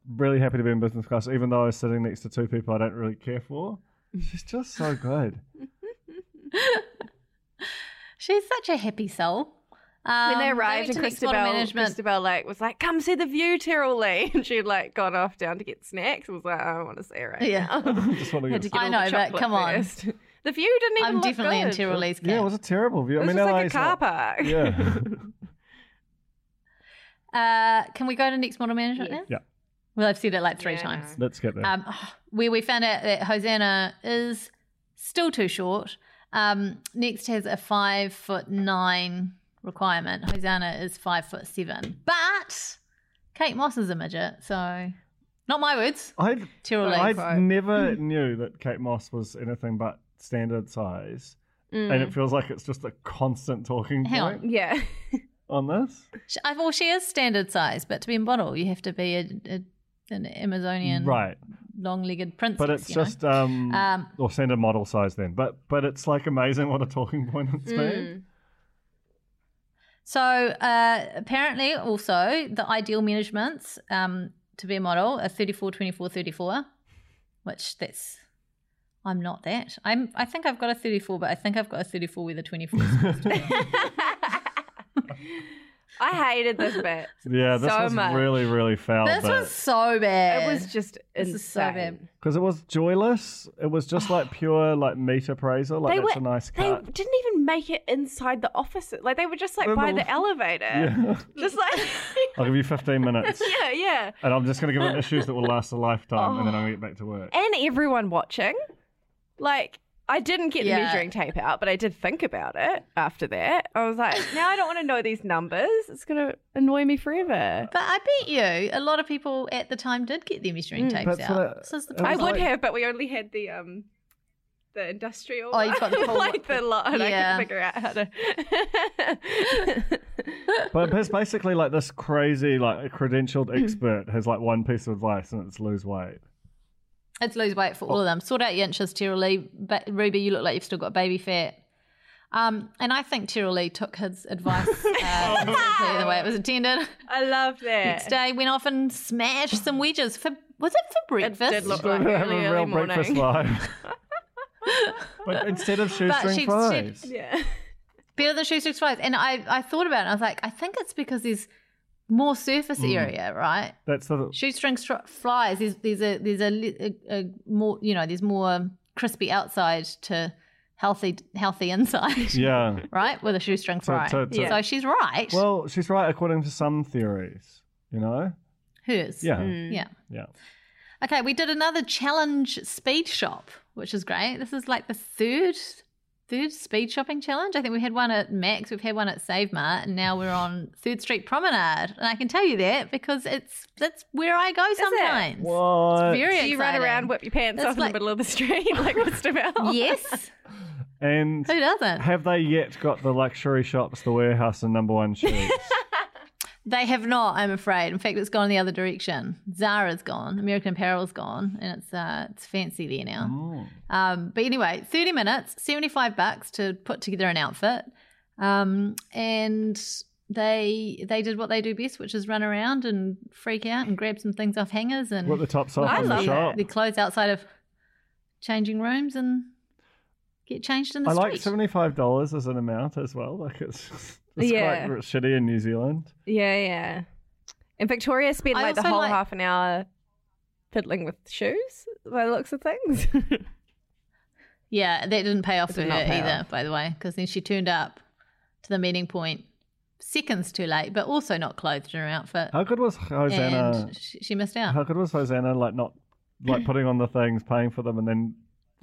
Speaker 3: really happy to be in business class, even though I was sitting next to two people I don't really care for. She's just so good.
Speaker 2: She's such a hippie soul. Um,
Speaker 4: When they
Speaker 2: went
Speaker 4: arrived and
Speaker 2: to next water
Speaker 4: Christabel, Christabel like was like, "Come see the view, Tara Lee," [LAUGHS] and she like got off down to get snacks. I was like, "I don't want to see her right
Speaker 2: Yeah.
Speaker 3: [LAUGHS]
Speaker 4: now."
Speaker 3: Just want to
Speaker 4: [LAUGHS] Had to
Speaker 3: get,
Speaker 4: get
Speaker 2: I
Speaker 4: all
Speaker 2: know,
Speaker 4: the
Speaker 2: but
Speaker 4: chocolate
Speaker 2: come on.
Speaker 4: first. [LAUGHS] the view didn't even
Speaker 2: I'm
Speaker 4: look
Speaker 2: definitely in
Speaker 4: good.
Speaker 2: Tara Lee's camp.
Speaker 3: yeah, it was a terrible view.
Speaker 4: It was
Speaker 3: I mean,
Speaker 4: just
Speaker 3: LA
Speaker 4: like a
Speaker 3: is
Speaker 4: car
Speaker 3: not-
Speaker 4: park.
Speaker 3: [LAUGHS] Yeah.
Speaker 2: Uh, can we go to next model management now?
Speaker 3: Yeah.
Speaker 2: Well, I've said it like three times.
Speaker 3: Let's get there.
Speaker 2: Um, where we found out that Hosanna is still too short. Um, next has a five foot nine requirement. Hosanna is five foot seven, but Kate Moss is a midget, so not my words.
Speaker 3: I'd,
Speaker 2: Tyrrell Lane
Speaker 3: I never knew that Kate Moss was anything but standard size. And it feels like it's just a constant talking
Speaker 2: Hang on.
Speaker 3: point
Speaker 4: Yeah. [LAUGHS]
Speaker 3: on, this.
Speaker 2: She, I, well, she is standard size, but to be in bottle, you have to be a, a, an Amazonian
Speaker 3: Right.
Speaker 2: long legged princess.
Speaker 3: But it's
Speaker 2: you know?
Speaker 3: just um,
Speaker 2: Um,
Speaker 3: or send a model size then. But but it's like amazing what a talking point it's made.
Speaker 2: So uh, apparently, also the ideal managements um, to be a model are 34, 24, 34, which that's I'm not that. I'm I think I've got a 34, but I think I've got a 34 with a 24. is supposed to be.
Speaker 4: I hated this bit.
Speaker 3: [LAUGHS] Yeah, this
Speaker 4: Mm, So
Speaker 3: was
Speaker 4: much.
Speaker 3: really really foul.
Speaker 2: this was so bad.
Speaker 4: It was just
Speaker 2: This
Speaker 4: insane.
Speaker 2: is so bad.
Speaker 3: because it was joyless. It was just like pure like meat appraisal. Like
Speaker 4: They
Speaker 3: that's
Speaker 4: were-
Speaker 3: a nice
Speaker 4: They
Speaker 3: cut.
Speaker 4: [LAUGHS] didn't even make it inside the office. Like they were just like
Speaker 3: In
Speaker 4: by
Speaker 3: the-
Speaker 4: the elevator.
Speaker 3: Yeah.
Speaker 4: [LAUGHS]
Speaker 3: [LAUGHS]
Speaker 4: Just like
Speaker 3: I'll give you 15 minutes,
Speaker 4: [LAUGHS] Yeah, yeah.
Speaker 3: and I'm just going to give it issues that will last a lifetime, and then
Speaker 4: Oh.
Speaker 3: I'm going to get back to work.
Speaker 4: And everyone watching. Like I didn't get
Speaker 2: Yeah.
Speaker 4: the measuring tape out, but I did think about it after that. I
Speaker 2: [LAUGHS]
Speaker 4: was like, now I don't want to know these numbers. It's gonna annoy me forever.
Speaker 2: but I bet you a lot of people at the time did get their measuring tapes
Speaker 3: that's what
Speaker 2: out.
Speaker 3: I-
Speaker 2: this is the
Speaker 3: it was
Speaker 4: I
Speaker 2: problem.
Speaker 4: would
Speaker 3: like-
Speaker 4: have, but we only had the um the industrial
Speaker 2: Oh, you've got the
Speaker 4: [LAUGHS] one,
Speaker 2: full-
Speaker 4: like the lot and
Speaker 2: Yeah.
Speaker 4: I couldn't figure out how to
Speaker 3: But it's basically like this crazy, like
Speaker 4: Hmm.
Speaker 3: credentialed expert has like one piece of advice, and it's lose weight.
Speaker 2: It's lose weight
Speaker 4: Oh.
Speaker 2: for all of them. Sort out your inches, Tyrrell Lee. But Ruby, you look like you've still got baby fat. Um, and I think Tyrrell Lee took his
Speaker 4: [LAUGHS]
Speaker 2: advice uh, exactly the way it was intended.
Speaker 4: I love that.
Speaker 2: Next day, went off and smashed some wedges for was it for
Speaker 4: It
Speaker 2: breakfast?
Speaker 4: did look like
Speaker 3: Don't have
Speaker 4: really
Speaker 3: a
Speaker 4: early
Speaker 3: real
Speaker 4: morning.
Speaker 3: breakfast
Speaker 4: [LAUGHS]
Speaker 3: life. but instead of
Speaker 2: she-
Speaker 3: shoestring
Speaker 2: she-
Speaker 3: fries,
Speaker 4: Yeah.
Speaker 2: Better than shoestring fries. And I, I thought about it. And I was like, I think it's because there's more surface
Speaker 4: Mm.
Speaker 2: area, right?
Speaker 3: that's the
Speaker 2: shoestring str- flies there's, there's a there's a, li- a, a more you know there's more crispy outside to healthy healthy inside
Speaker 3: yeah.
Speaker 2: right with a shoestring fry
Speaker 3: to- to-
Speaker 2: so she's right
Speaker 3: Well, she's right according to some theories, you know?
Speaker 2: hers
Speaker 3: Yeah.
Speaker 4: Mm.
Speaker 2: yeah
Speaker 3: Yeah.
Speaker 2: okay we did another challenge speed shop which is great this is like the third third speed shopping challenge i think we had one at max we've had one at save mart and now we're on third street promenade and i can tell you that because it's that's where i go sometimes
Speaker 3: What?
Speaker 2: It's very
Speaker 4: Do you run
Speaker 2: exciting.
Speaker 4: around, whip your pants
Speaker 2: That's [LAUGHS]
Speaker 4: off
Speaker 2: like-
Speaker 4: in the middle of the street like Christabel? [LAUGHS]
Speaker 2: yes
Speaker 3: and
Speaker 2: who doesn't
Speaker 3: have they yet got the luxury shops, the warehouse, and number one shoes?
Speaker 2: They have not, I'm afraid. In fact, it's gone the other direction. Zara's gone, American Apparel's gone, and it's uh, it's fancy there
Speaker 3: Oh.
Speaker 2: now. Um, but anyway, 30 minutes, 75 bucks to put together an outfit, um, and they they did what they do best, which is run around and freak out and grab some things off hangers and
Speaker 3: Put the tops off
Speaker 4: I
Speaker 3: in the
Speaker 4: love
Speaker 3: shop.
Speaker 2: the clothes outside of changing rooms and get changed in the
Speaker 3: I
Speaker 2: street.
Speaker 3: like seventy-five dollars as an amount as well. Like it's, [LAUGHS] it's
Speaker 4: Yeah.
Speaker 3: quite shitty in New Zealand.
Speaker 4: Yeah, yeah. And Victoria spent
Speaker 2: I
Speaker 4: like the
Speaker 2: also
Speaker 4: whole
Speaker 2: like-
Speaker 4: half an hour fiddling with shoes by the looks of things. [LAUGHS]
Speaker 2: Yeah, that didn't pay off for
Speaker 4: did
Speaker 2: her
Speaker 4: not pay
Speaker 2: either, by the way, because then she turned up to the meeting point seconds too late, but also not clothed in her outfit.
Speaker 3: How good was Hosanna?
Speaker 2: and she, she missed out.
Speaker 3: How good was Hosanna? Like not like putting on the things, paying for them, and then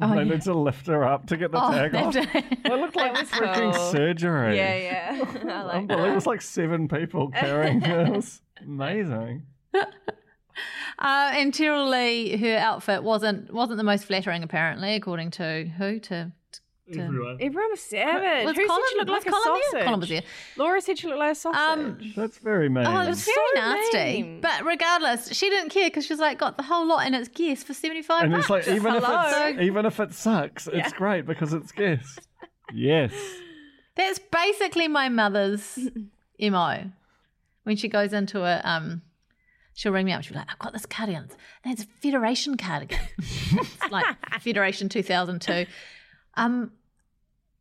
Speaker 2: Oh,
Speaker 3: they
Speaker 2: yeah. Oh,
Speaker 3: need to lift her up to get the tag
Speaker 2: that
Speaker 3: off.
Speaker 2: day.
Speaker 3: It looked like freaking
Speaker 4: cool.
Speaker 3: surgery.
Speaker 4: yeah,
Speaker 2: [LAUGHS]
Speaker 4: yeah. I like
Speaker 3: Unbelievable. Oh, It was like seven
Speaker 4: [LAUGHS]
Speaker 3: people carrying this. Amazing.
Speaker 2: uh, and Tyrrell Lee, her outfit wasn't wasn't the most flattering, apparently, according to who to
Speaker 3: Everyone.
Speaker 4: Everyone was savage.
Speaker 2: Was
Speaker 4: Who
Speaker 2: Colin,
Speaker 4: said she looked
Speaker 2: was
Speaker 4: like a
Speaker 2: Colin
Speaker 4: sausage?
Speaker 2: there? Colin was there.
Speaker 4: Laura said she looked like a sausage.
Speaker 2: Um,
Speaker 3: That's very mean.
Speaker 2: Oh, it was very
Speaker 4: so
Speaker 2: nasty.
Speaker 4: mean.
Speaker 2: But regardless, she didn't care because she's like got the whole lot in its guess for seventy five.
Speaker 3: and it's like even if
Speaker 2: Hello.
Speaker 3: it's, even if it sucks, it's great because it's guess. yes.
Speaker 2: That's basically my mother's mo. When she goes into a, um, she'll ring me up. She'll be like, "I've got this cardigan. And it's a Federation cardigan. [LAUGHS] it's like Federation 2002. Um,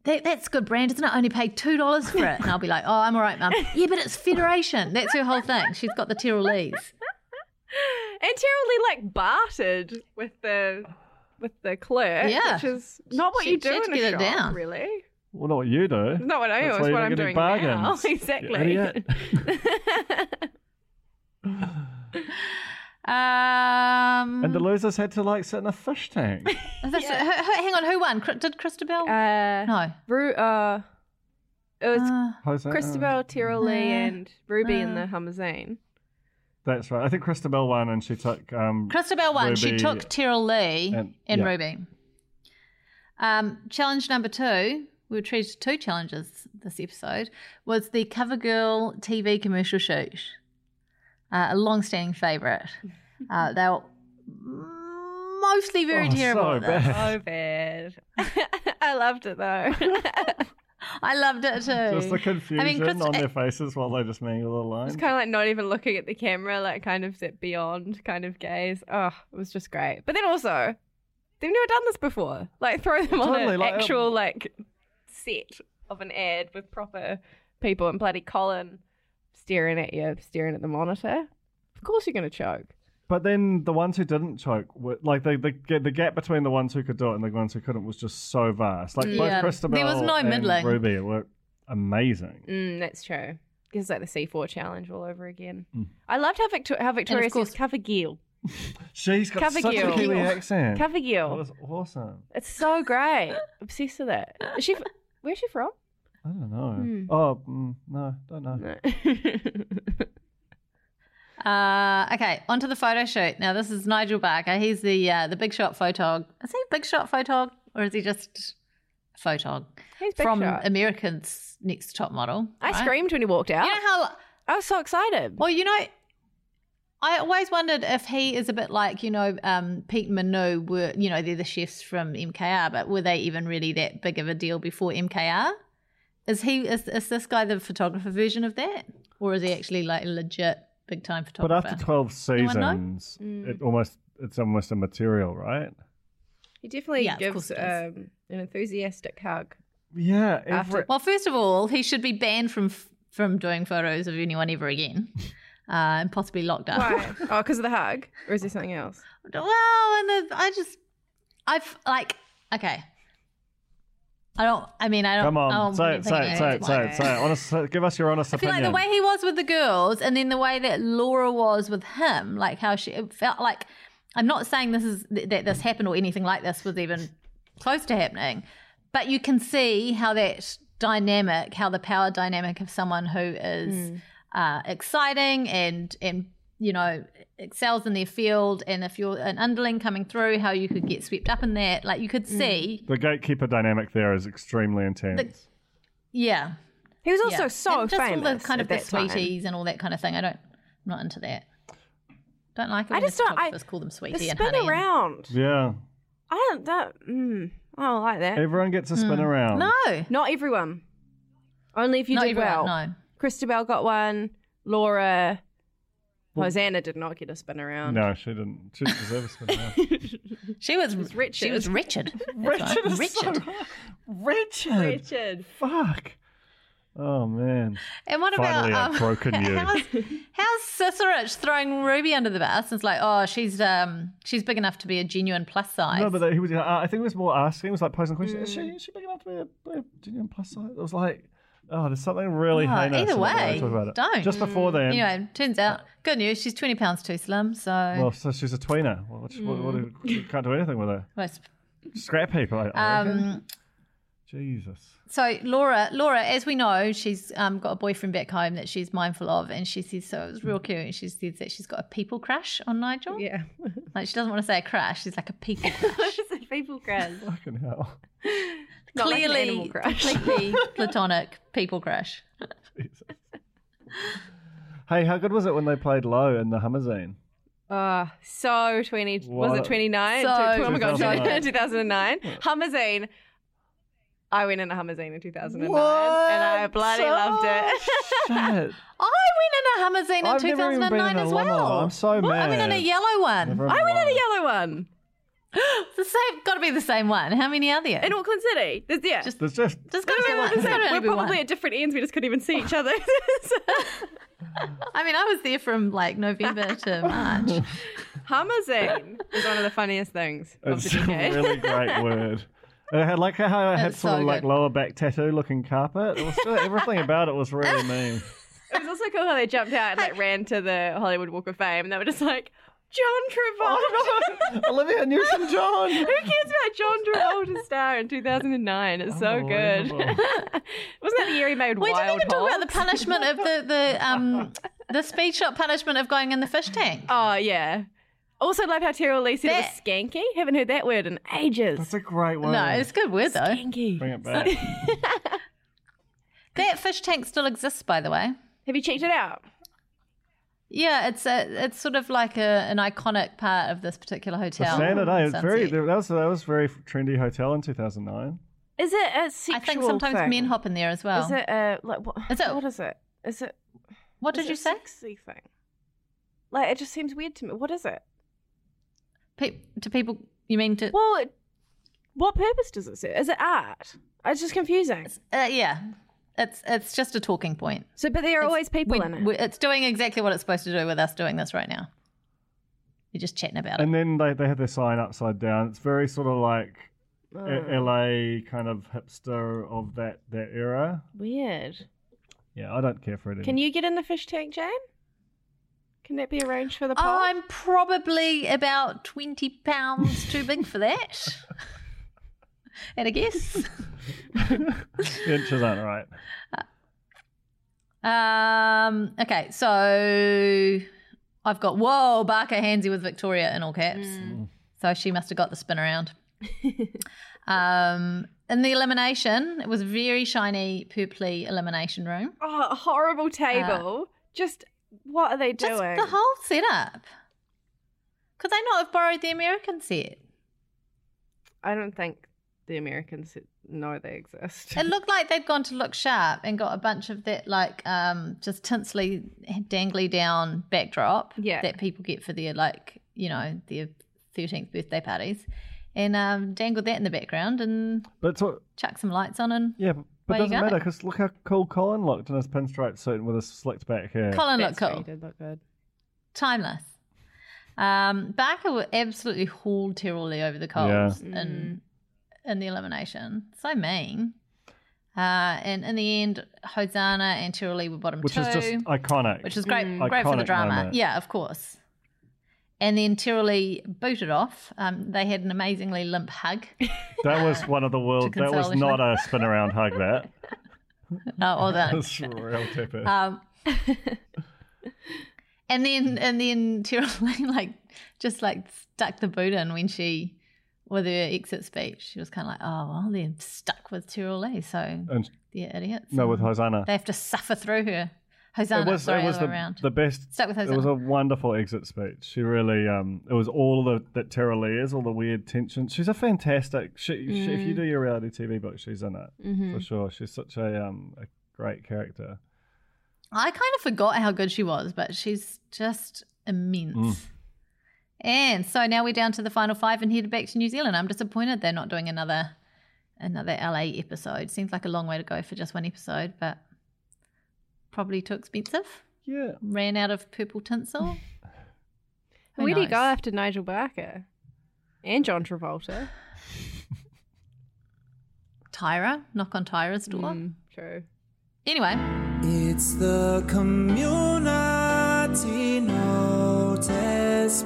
Speaker 2: that, that's good brand, isn't it? I only paid two dollars for it." And I'll be like, "Oh, I'm all right, mum. Yeah, but it's Federation. That's her whole thing. She's got the Tyrolese.
Speaker 4: and terribly like bartered with the with the clerk,
Speaker 2: Yeah.
Speaker 4: which is not what
Speaker 2: She-
Speaker 4: you do
Speaker 2: she had
Speaker 4: in
Speaker 2: to
Speaker 4: a
Speaker 2: get it
Speaker 4: shop,
Speaker 2: down.
Speaker 4: really.
Speaker 3: Well, not what you do.
Speaker 4: It's not what I
Speaker 3: That's
Speaker 4: do.
Speaker 3: why
Speaker 4: It's
Speaker 3: you
Speaker 4: what
Speaker 3: don't
Speaker 4: I'm
Speaker 3: get any
Speaker 4: doing now. [LAUGHS]
Speaker 3: bargains, you
Speaker 4: Exactly.
Speaker 3: idiot.
Speaker 2: Um,
Speaker 4: [LAUGHS]
Speaker 3: And the losers had to like sit in a fish tank.
Speaker 2: that's- who- who- hang on, who won? Cri- Did Christabel?
Speaker 4: [LAUGHS] uh,
Speaker 2: no.
Speaker 4: Ru- uh, it was
Speaker 2: Uh,
Speaker 3: How's that?
Speaker 4: Christabel, Tiroli,
Speaker 2: Uh,
Speaker 4: and Ruby in
Speaker 2: uh.
Speaker 4: the Hummerzane.
Speaker 3: That's right. I think Christabel won, and she took um,
Speaker 2: Christabel won. she
Speaker 3: Ruby
Speaker 2: took Terrell Lee
Speaker 3: and-
Speaker 2: and,
Speaker 3: yeah.
Speaker 2: Ruby. Um, challenge number two, we were treated to two challenges this episode, was the CoverGirl TV commercial shoot. Uh, a long-standing favourite. Uh, they were mostly very
Speaker 3: Oh,
Speaker 2: terrible.
Speaker 3: So
Speaker 2: at this.
Speaker 3: bad.
Speaker 4: So bad. [LAUGHS] I loved it though.
Speaker 2: [LAUGHS] I loved it too.
Speaker 3: [LAUGHS] Just the confusion
Speaker 2: Chris-
Speaker 3: on
Speaker 4: eh
Speaker 3: their faces while they just mingle the lines.
Speaker 4: It's kind of like not even looking at the camera, like kind of that beyond kind of gaze. Oh, it was just great. But then also, they've never done this before. Like throw them on
Speaker 3: Totally,
Speaker 4: an
Speaker 3: like, um,
Speaker 4: actual like set of an ad with proper people and bloody Colin staring at you, staring at the monitor. Of course you're gonna choke.
Speaker 3: But then the ones who didn't choke, were, like the, the the gap between the ones who could do it and the ones who couldn't, was just so vast. Like both
Speaker 2: Yeah.
Speaker 3: Christabel
Speaker 2: There was no
Speaker 3: and
Speaker 2: middling.
Speaker 3: Ruby were amazing.
Speaker 4: Mm, that's true. It's like the C4 challenge all over again.
Speaker 3: Mm.
Speaker 4: I loved how, Victor- how Victoria says
Speaker 2: course-
Speaker 4: cover gill.
Speaker 3: She's got
Speaker 4: Cover
Speaker 3: such a
Speaker 4: Gill.
Speaker 3: Kiwi accent.
Speaker 4: Cover
Speaker 3: that
Speaker 4: gill.
Speaker 3: was awesome.
Speaker 4: It's so great. Obsessed with it. Is she f- Where's she from?
Speaker 3: I don't know.
Speaker 2: Hmm.
Speaker 3: Oh mm, no, don't know.
Speaker 4: [LAUGHS]
Speaker 2: Uh, okay, onto the photo shoot. Now this is Nigel Barker. He's the uh, the big shot photog. Is he a big shot photog or is he just a photog
Speaker 4: He's big
Speaker 2: from
Speaker 4: shot.
Speaker 2: Americans Next Top Model?
Speaker 4: I
Speaker 2: right?
Speaker 4: screamed when he walked out.
Speaker 2: You know how?
Speaker 4: I was so excited.
Speaker 2: Well, you know, I always wondered if he is a bit like you know um, Pete Manu. Were you know they're the chefs from MKR, but were they even really that big of a deal before MKR? Is he is, is this guy the photographer version of that, or is he actually like a legit big time
Speaker 3: But
Speaker 2: photographer?
Speaker 3: after twelve
Speaker 2: Anyone know? Hmm.
Speaker 3: seasons, it almost it's almost immaterial, right?
Speaker 4: He definitely
Speaker 2: Yeah, of
Speaker 4: gives
Speaker 2: course
Speaker 4: um,
Speaker 2: it is.
Speaker 4: an enthusiastic hug.
Speaker 3: Yeah,
Speaker 4: After-
Speaker 3: every,
Speaker 2: Well, first of all, he should be banned from from doing photos of anyone ever again, [LAUGHS] uh, and possibly locked up.
Speaker 4: [LAUGHS] Why? oh, because of the hug? Or is there something else?
Speaker 2: Well, and the, I just, I've like, okay. I don't. I mean, I don't.
Speaker 3: come
Speaker 2: I
Speaker 3: on,
Speaker 2: don't
Speaker 3: say it,
Speaker 2: think
Speaker 3: say it, say it,
Speaker 2: it's
Speaker 3: say
Speaker 2: like-
Speaker 3: it, say it. Honest, give us your honest
Speaker 2: I feel like
Speaker 3: opinion.
Speaker 2: the way he was with the girls, and then the way that Laura was with him, like how she it felt like. I'm not saying this is th- that this happened or anything like this was even close to happening, but you can see how that dynamic, how the power dynamic of someone who is uh, exciting and and you know excels in their field, and if you're an underling coming through, how you could get swept up in that. Like you could see,
Speaker 3: the gatekeeper dynamic there is extremely intense.
Speaker 2: yeah.
Speaker 4: He was also
Speaker 2: yeah.
Speaker 4: so
Speaker 2: and just
Speaker 4: famous.
Speaker 2: all the kind of
Speaker 4: at
Speaker 2: the
Speaker 4: that time.
Speaker 2: sweeties and all that kind of thing. I don't, I'm not into that. Don't like it. When
Speaker 4: I just
Speaker 2: the
Speaker 4: don't. I
Speaker 2: photographers call them
Speaker 4: the
Speaker 2: sweetie and
Speaker 4: spin
Speaker 2: honey. and-
Speaker 4: around.
Speaker 3: yeah,
Speaker 4: I don't. That, mm, I don't like that.
Speaker 3: everyone gets a spin around.
Speaker 2: Mm. no,
Speaker 4: Not everyone. Only if you
Speaker 2: not
Speaker 4: did
Speaker 2: everyone.
Speaker 4: well.
Speaker 2: No.
Speaker 4: Christabel got one. Laura, Hosanna did not get a spin around.
Speaker 3: No, she didn't. She didn't deserve a spin around.
Speaker 2: [LAUGHS] She was, She
Speaker 4: wretched.
Speaker 2: was
Speaker 4: [LAUGHS]
Speaker 2: wretched. That's right, wretched.
Speaker 3: Richard.
Speaker 4: Richard.
Speaker 3: Fuck. Oh man.
Speaker 2: And what
Speaker 3: Finally,
Speaker 2: about um, [LAUGHS]
Speaker 3: I've broken you.
Speaker 2: How's, how's Cicerich throwing Ruby under the bus? It's like, oh, she's um, she's big enough to be a genuine plus size.
Speaker 3: No, but he was. Uh, I think it was more asking. It was like posing questions. Is she,
Speaker 2: Mm.
Speaker 3: is she big enough to be a, a genuine plus size? It was like, oh, there's something really
Speaker 2: Oh,
Speaker 3: heinous.
Speaker 2: either
Speaker 3: about the I
Speaker 2: way,
Speaker 3: talk about it.
Speaker 2: don't.
Speaker 3: Just before then.
Speaker 2: anyway, turns out, good news. She's 20 pounds too slim, so
Speaker 3: Well, so she's a tweener. Well, what, what, what,
Speaker 2: Mm.
Speaker 3: you can't do anything with her.
Speaker 2: Well, it's-
Speaker 3: Scrap heap. I, I reckon.
Speaker 2: um,
Speaker 3: Jesus.
Speaker 2: So Laura, Laura, as we know, she's um, got a boyfriend back home that she's mindful of, and she says so. It was real cute. And she says that she's got a people crush on Nigel.
Speaker 4: [LAUGHS] Yeah.
Speaker 2: Like she doesn't want to say a crush. She's like a people crush.
Speaker 4: People crush.
Speaker 3: Fucking hell.
Speaker 10: Not like an
Speaker 2: Clearly,
Speaker 10: Animal Crush.
Speaker 2: [LAUGHS] completely platonic people crush.
Speaker 3: Jesus. [LAUGHS] hey, how good was it when they played low in the Hummerzine?
Speaker 4: Uh, so 20, was
Speaker 3: What?
Speaker 4: it 29?
Speaker 2: So-
Speaker 4: oh my god,
Speaker 3: 2009. [LAUGHS]
Speaker 4: 2009. Hummerzine. I went into Hummerzine in 2009 and I
Speaker 3: What?
Speaker 4: bloody
Speaker 2: So-
Speaker 4: loved it.
Speaker 3: [LAUGHS] Shit.
Speaker 2: I went in a Hummerzine in
Speaker 3: I've never even been
Speaker 2: 2009
Speaker 3: in a
Speaker 2: as
Speaker 3: limo.
Speaker 2: well.
Speaker 3: I'm so
Speaker 2: What? I went in
Speaker 3: mad.
Speaker 2: a yellow one.
Speaker 4: [LAUGHS] I went in a yellow one
Speaker 2: It's the same. Got to be the same one. How many are there?
Speaker 4: in Auckland City. There's, yeah.
Speaker 2: Just-
Speaker 3: There's just
Speaker 2: Just got to be one. There's gotta only
Speaker 4: We're
Speaker 2: be
Speaker 4: probably
Speaker 2: one.
Speaker 4: at different ends. We just couldn't even see each other. [LAUGHS]
Speaker 2: I mean, I was there from like November to March.
Speaker 4: Hummerzine is one of the funniest things of the
Speaker 3: it's a
Speaker 4: decade.
Speaker 3: really great word. It had like how it had
Speaker 2: It's
Speaker 3: sort
Speaker 2: so
Speaker 3: of like
Speaker 2: good.
Speaker 3: lower back tattoo looking carpet. It was still, everything about it was really mean. [LAUGHS]
Speaker 4: It was also cool how they jumped out and like ran to the Hollywood Walk of Fame and they were just like, John Travolta.
Speaker 2: Oh,
Speaker 3: Olivia Newton John.
Speaker 4: Who cares about John Travolta star in 2009? It's so good. [LAUGHS] Wasn't
Speaker 3: Unbelievable.
Speaker 4: that the year he made
Speaker 2: We
Speaker 4: Wild
Speaker 2: didn't even talk about the
Speaker 4: Hogs?
Speaker 2: punishment of the the
Speaker 3: [LAUGHS]
Speaker 2: um the speed shot punishment of going in the fish tank.
Speaker 4: Oh yeah. Also, love how Terry Lee said
Speaker 2: That-
Speaker 4: it was skanky. Haven't heard that word in ages.
Speaker 3: That's a great word.
Speaker 2: No, it's a good word though.
Speaker 4: skanky.
Speaker 3: Bring it back.
Speaker 2: That fish tank still exists, by the way.
Speaker 4: Have you checked it out?
Speaker 2: Yeah, it's a it's sort of like a, an iconic part of this particular
Speaker 3: The
Speaker 2: hotel.
Speaker 3: standard, eh? It's
Speaker 2: Sunset.
Speaker 3: very that was that was very trendy hotel in 2009.
Speaker 4: Is it a
Speaker 2: I
Speaker 4: sexual
Speaker 2: think sometimes
Speaker 4: thing?
Speaker 2: men hop in there as well.
Speaker 4: Is it a like what?
Speaker 2: Is it-
Speaker 4: what is it? Is it?
Speaker 2: what
Speaker 4: is
Speaker 2: did
Speaker 4: it
Speaker 2: you
Speaker 4: a
Speaker 2: say?
Speaker 4: Sexy thing. Like it just seems weird to me. What is it?
Speaker 2: Pe- do people? You mean to?
Speaker 4: Well, it, what purpose does it serve? Is it art? It's just confusing.
Speaker 2: Uh, yeah, it's it's just a talking point.
Speaker 4: So, but there are always people
Speaker 2: We-
Speaker 4: in it.
Speaker 2: we- it's doing exactly what it's supposed to do with us doing this right now. You're just chatting about it.
Speaker 3: And then they they had their sign upside down. It's very sort of like a- LA kind of hipster of that that era.
Speaker 4: Weird.
Speaker 3: Yeah, I don't care for it.
Speaker 4: Can you get in the fish tank, Jane? Can that be arranged for the pod?
Speaker 2: Oh, I'm probably about 20 pounds too big for that. At a guess.
Speaker 3: inches aren't right.
Speaker 2: Um, okay, so I've got, whoa, Barker handsy with Victoria in all caps. So she must have got the spin around. um, in the elimination, it was very shiny, purpley elimination room.
Speaker 4: Oh, a horrible table. Just what are they
Speaker 2: Just
Speaker 4: doing?
Speaker 2: the whole setup. Could they not have borrowed the American set?
Speaker 4: I don't think the Americans know they exist.
Speaker 2: It looked like they'd gone to look sharp and got a bunch of that, like, um, just tinsely, dangly down backdrop
Speaker 4: Yeah.
Speaker 2: that people get for their, like, you know, their 13th birthday parties and um, dangled that in the background and
Speaker 3: But it's all,
Speaker 2: chuck some lights on. And
Speaker 3: yeah, but
Speaker 2: Where
Speaker 3: it
Speaker 2: you
Speaker 3: doesn't
Speaker 2: going?
Speaker 3: matter because look how cool Colin looked in his pinstripe suit and with his slicked back hair.
Speaker 2: Colin looked cool,
Speaker 4: did look good.
Speaker 2: timeless. Um, Barker would absolutely hauled Terrell Lee over the coals in, in the elimination. So mean. Uh, and in the end, Hosanna and Terrell Lee were bottom
Speaker 3: which
Speaker 2: two.
Speaker 3: is just iconic.
Speaker 2: which is great,
Speaker 3: Mm.
Speaker 2: great for the
Speaker 3: Iconic
Speaker 2: drama.
Speaker 3: moment.
Speaker 2: Yeah, of course. And then Tyrilee booted off. Um, they had an amazingly limp hug.
Speaker 3: that
Speaker 2: [LAUGHS]
Speaker 3: was one of the world. That was
Speaker 2: consolation.
Speaker 3: not a spin around hug.
Speaker 2: [LAUGHS]
Speaker 3: That
Speaker 2: Oh, all that.
Speaker 3: [LAUGHS] was real tipper.
Speaker 2: Um, [LAUGHS] and then and then Tyrilee [LAUGHS] like just like stuck the boot in when she with her exit speech. She was kind of like, oh well, they're stuck with Tyrilee, so
Speaker 3: and
Speaker 2: they're idiots.
Speaker 3: no, with
Speaker 2: and
Speaker 3: Hosanna.
Speaker 2: they have to suffer through her. Hosanna,
Speaker 3: it was
Speaker 2: sorry,
Speaker 3: it was
Speaker 2: other
Speaker 3: the,
Speaker 2: way around.
Speaker 3: the best.
Speaker 2: Stuck with
Speaker 3: It was
Speaker 2: Hosanna.
Speaker 3: a wonderful exit speech. She really, um, it was all the that Tara Lee is, all the weird tension. She's a fantastic. She, she, if you do your reality TV book, she's in it for sure. She's such a um a great character.
Speaker 2: I kind of forgot how good she was, but she's just immense. And so now we're down to the final five and headed back to New Zealand. I'm disappointed they're not doing another another LA episode. Seems like a long way to go for just one episode, but probably too expensive.
Speaker 3: Yeah,
Speaker 2: Ran out of purple tinsel. Who
Speaker 4: Where do you
Speaker 2: knows?
Speaker 4: go after Nigel Barker and John Travolta?
Speaker 2: Tyra, knock on Tyra's door.
Speaker 4: Mm, [GASPS] true.
Speaker 2: Anyway,
Speaker 5: It's the community notice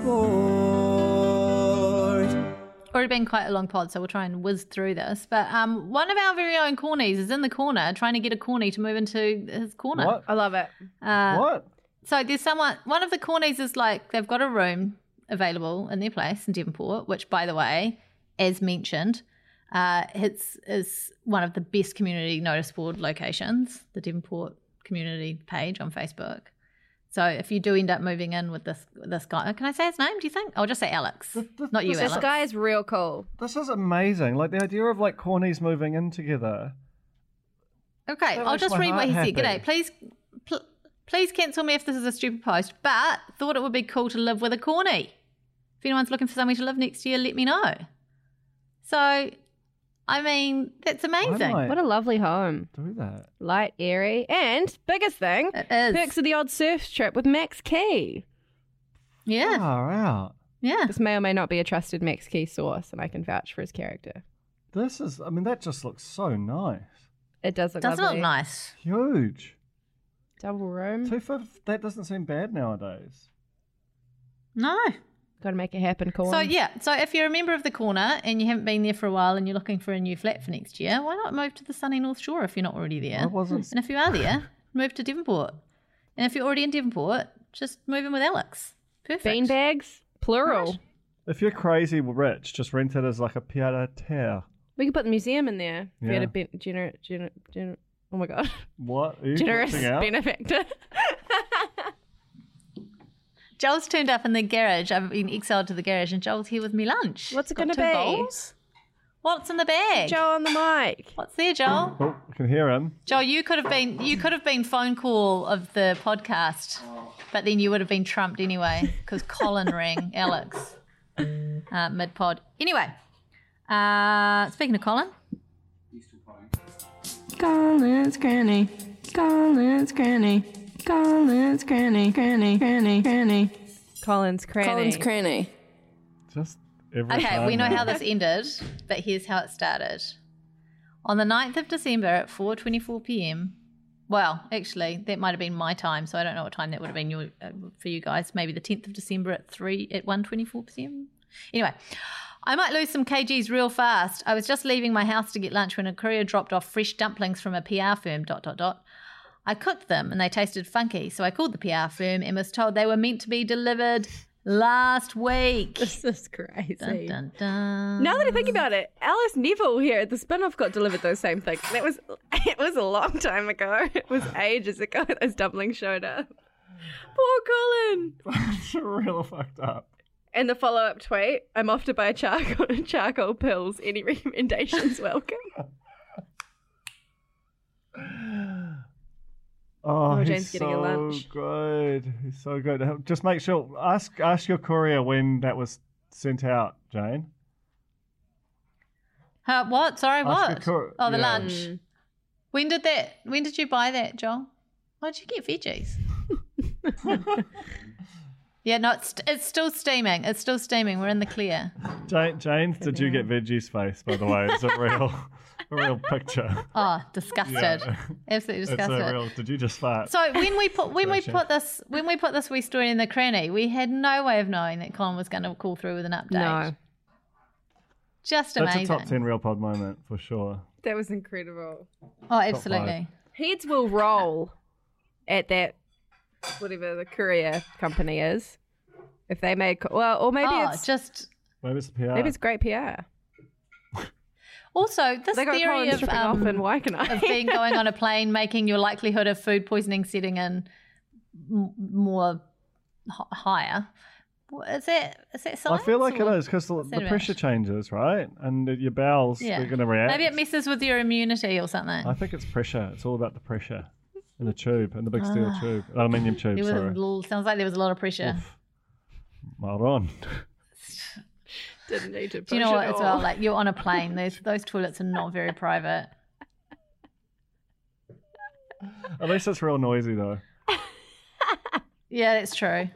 Speaker 5: board.
Speaker 2: already been quite a long pod, so we'll try and whiz through this. But um, one of our very own cornies is in the corner trying to get a corny to move into his corner.
Speaker 3: what?
Speaker 4: I love it.
Speaker 2: Uh,
Speaker 3: what?
Speaker 2: So there's someone, one of the cornies is like, they've got a room available in their place in Devonport, which, by the way, as mentioned, Uh, it's is one of the best community notice board locations, the Devonport community page on Facebook. So if you do end up moving in with this this guy, oh, can I say his name? Do you think? I'll just say Alex, not you,
Speaker 11: This
Speaker 2: Alex.
Speaker 11: guy is real cool.
Speaker 3: This is amazing. Like the idea of like cornies moving in together.
Speaker 2: Okay,
Speaker 3: That
Speaker 2: I'll
Speaker 3: makes
Speaker 2: just
Speaker 3: my
Speaker 2: read what
Speaker 3: heart
Speaker 2: he
Speaker 3: happy.
Speaker 2: said. G'day. Please, pl- please cancel me if this is a stupid post, but thought it would be cool to live with a corny. If anyone's looking for somewhere to live next year, let me know. So, I mean, that's amazing.
Speaker 3: might-
Speaker 4: What a lovely home.
Speaker 3: Do that.
Speaker 4: Light, airy, and biggest thing,
Speaker 2: It is.
Speaker 4: perks of the odd surf trip with Max Key.
Speaker 2: Yeah,
Speaker 3: Far out.
Speaker 2: yeah.
Speaker 4: This may or may not be a trusted Max Key source, and I can vouch for his character.
Speaker 3: This is. I mean, that just looks so nice.
Speaker 4: It does look
Speaker 2: Doesn't it
Speaker 4: lovely.
Speaker 2: look nice?
Speaker 3: Huge.
Speaker 4: Double room.
Speaker 3: Two fifth. That doesn't seem bad nowadays.
Speaker 2: No.
Speaker 4: Got to make it happen, Corn.
Speaker 2: So, yeah, so if you're a member of the corner and you haven't been there for a while and you're looking for a new flat for next year, why not move to the sunny North Shore if you're not already there?
Speaker 3: I wasn't.
Speaker 2: And if you are there, move to Devonport. And if you're already in Devonport, just move in with Alex. Perfect.
Speaker 4: Beanbags, plural.
Speaker 3: If you're crazy rich, just rent it as like a pied à terre.
Speaker 4: We could put the museum in there. We had
Speaker 3: Yeah.
Speaker 4: a ben- gener- gener- gener- oh my god,
Speaker 3: What? Are you
Speaker 4: generous
Speaker 3: glitching
Speaker 2: [LAUGHS]
Speaker 3: out?
Speaker 4: benefactor.
Speaker 2: Joel's turned up in the garage. I've been exiled to the garage, and Joel's here with me lunch.
Speaker 4: What's it
Speaker 2: Got
Speaker 4: gonna
Speaker 2: two
Speaker 4: be?
Speaker 2: bowls. What's in the bag?
Speaker 4: Joe on the mic.
Speaker 2: What's there, Joel?
Speaker 3: Oh, I can hear him.
Speaker 2: Joel, you could have been you could have been phone call of the podcast, but then you would have been trumped anyway because Colin rang Alex uh, mid pod. Anyway, uh, speaking of Colin,
Speaker 4: Colin's granny. Colin's granny. Colin's granny. Granny. Granny. Granny. Colin's cranny.
Speaker 12: Colin's cranny.
Speaker 3: Just every
Speaker 2: Okay,
Speaker 3: time
Speaker 2: we know
Speaker 3: now.
Speaker 2: how this ended, but here's how it started. On the 9th of December at 4:24 p.m. Well, actually, that might have been my time, so I don't know what time that would have been your, uh, for you guys. Maybe the 10th of December at 3 at 1:24 p.m. Anyway, I might lose some kgs real fast. I was just leaving my house to get lunch when a courier dropped off fresh dumplings from a PR firm dot dot dot. I cooked them and they tasted funky, so I called the PR firm and was told they were meant to be delivered last week.
Speaker 4: [LAUGHS] This is crazy.
Speaker 2: Dun, dun, dun.
Speaker 4: Now that I think about it, Alice Neville here at the spin-off got delivered those same things. That was [LAUGHS] it was a long time ago.
Speaker 2: [SIGHS]
Speaker 4: It was ages ago that those dumplings showed up. Poor Colin.
Speaker 3: [LAUGHS] it's real fucked up.
Speaker 4: And the follow-up tweet: I'm off to buy charcoal [LAUGHS] charcoal pills. Any recommendations? Welcome.
Speaker 3: Oh,
Speaker 4: Oh,
Speaker 3: he's
Speaker 4: Jane's getting
Speaker 3: so
Speaker 4: a lunch.
Speaker 3: good. He's so good. Just make sure ask ask your courier when that was sent out, Jane.
Speaker 2: Huh, what? Sorry,
Speaker 3: Ask
Speaker 2: what?
Speaker 3: the cour-
Speaker 2: oh, the
Speaker 3: yeah.
Speaker 2: lunch.
Speaker 4: Mm.
Speaker 2: When did that? When did you buy that, Joel? Why did you get
Speaker 3: [LAUGHS]
Speaker 2: veggies? yeah, no, it's, it's still steaming. It's still steaming. We're in the clear.
Speaker 3: Jane, Jane did you get veggies face? By the way,
Speaker 2: [LAUGHS]
Speaker 3: it's a real, a real picture.
Speaker 4: [LAUGHS]
Speaker 2: Oh, disgusted. Absolutely
Speaker 3: It's a
Speaker 2: disgusted.
Speaker 3: real. Did you just fart?
Speaker 2: So when we put when we
Speaker 3: Gotcha.
Speaker 2: put this when we put this wee story in the cranny, we had no way of knowing that Colin was going to call through with an update. just
Speaker 3: That's
Speaker 2: amazing.
Speaker 3: a top ten real pod moment for sure.
Speaker 4: that was incredible.
Speaker 2: Oh, absolutely.
Speaker 4: Heads will roll at that whatever the courier company is. If they made co- well, or maybe
Speaker 2: oh,
Speaker 4: it's
Speaker 2: just
Speaker 3: Maybe it's the PR.
Speaker 4: maybe it's great PR.
Speaker 2: also this
Speaker 4: They got
Speaker 2: theory
Speaker 4: Colin
Speaker 2: of
Speaker 4: tripping
Speaker 2: um,
Speaker 4: off in Waikanae.
Speaker 2: of being going on a plane, [LAUGHS] making your likelihood of food poisoning setting in m- more h- higher. What- Is that is that
Speaker 3: I
Speaker 2: science?
Speaker 3: feel like it
Speaker 2: or-
Speaker 3: is because the, the
Speaker 2: about?
Speaker 3: pressure changes, right? And your bowels
Speaker 2: Yeah.
Speaker 3: are going to react.
Speaker 2: Maybe it messes with your immunity or something.
Speaker 3: I think it's pressure. It's all about the pressure and the tube and the big steel tube, aluminium tube.
Speaker 2: There Ah. was a
Speaker 3: Sorry,
Speaker 2: little- sounds like there was a lot of pressure.
Speaker 3: Maron.
Speaker 4: Didn't need to.
Speaker 2: Do you know what? As
Speaker 3: [LAUGHS]
Speaker 2: well, like you're on a plane. Those those toilets are not very private.
Speaker 3: [LAUGHS] At least it's real noisy though.
Speaker 2: Yeah, that's true.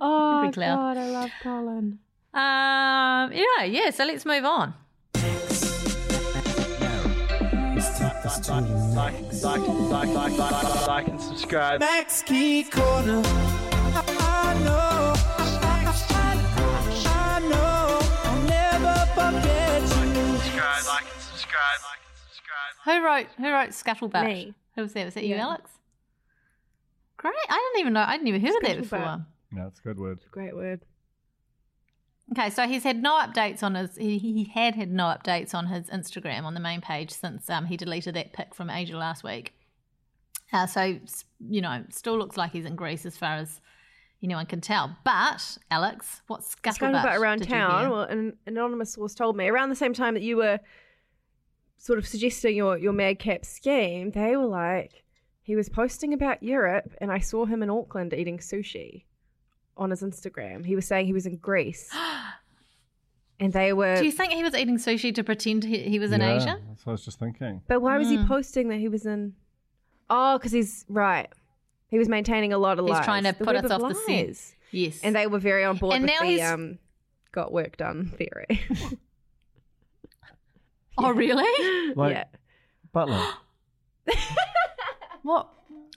Speaker 4: oh
Speaker 2: Pretty clear.
Speaker 4: God, I love Colin.
Speaker 2: Um, yeah, yeah. So let's move on.
Speaker 5: Max Key Corner. I- I know, I know, I'll never forget you.
Speaker 2: Who wrote Who wrote Scuttlebutt?
Speaker 4: Me.
Speaker 2: Who was that? Was that you, Alex? Great. I didn't even know. I'd never heard of that before.
Speaker 3: Yeah, it's a good word.
Speaker 4: Great word.
Speaker 2: Okay, so he's had no updates on his. He, he had had no updates on his Instagram on the main page since um, he deleted that pic from Asia last week. Uh, so s- you know, still looks like he's in Greece as far as anyone can tell. But Alex, what scuttlebutt,
Speaker 4: scuttlebutt around
Speaker 2: did You
Speaker 4: town.
Speaker 2: hear?
Speaker 4: Well, an an anonymous source told me around the same time that you were sort of suggesting your your madcap scheme, they were like, he was posting about Europe, and I saw him in Auckland eating sushi on his Instagram. He was saying he was
Speaker 2: [GASPS]
Speaker 4: in Greece, and they were.
Speaker 2: Do you think he was eating sushi to pretend he, he was in
Speaker 3: Yeah,
Speaker 2: Asia?
Speaker 3: That's what I was just thinking.
Speaker 4: But why was he
Speaker 2: Mm.
Speaker 4: posting that he was in? Oh, because he's right. He was maintaining a lot of
Speaker 2: He's
Speaker 4: lies.
Speaker 2: trying to
Speaker 4: The
Speaker 2: put
Speaker 4: web
Speaker 2: us
Speaker 4: of
Speaker 2: off the scent.
Speaker 4: lies.
Speaker 2: Yes.
Speaker 4: And they were very on board
Speaker 2: And
Speaker 4: with
Speaker 2: now
Speaker 4: the
Speaker 2: he's-
Speaker 4: um, got work done theory. [LAUGHS]
Speaker 2: oh,
Speaker 4: [LAUGHS]
Speaker 2: really?
Speaker 3: Like
Speaker 4: yeah.
Speaker 2: [GASPS]
Speaker 3: Butler.
Speaker 2: What?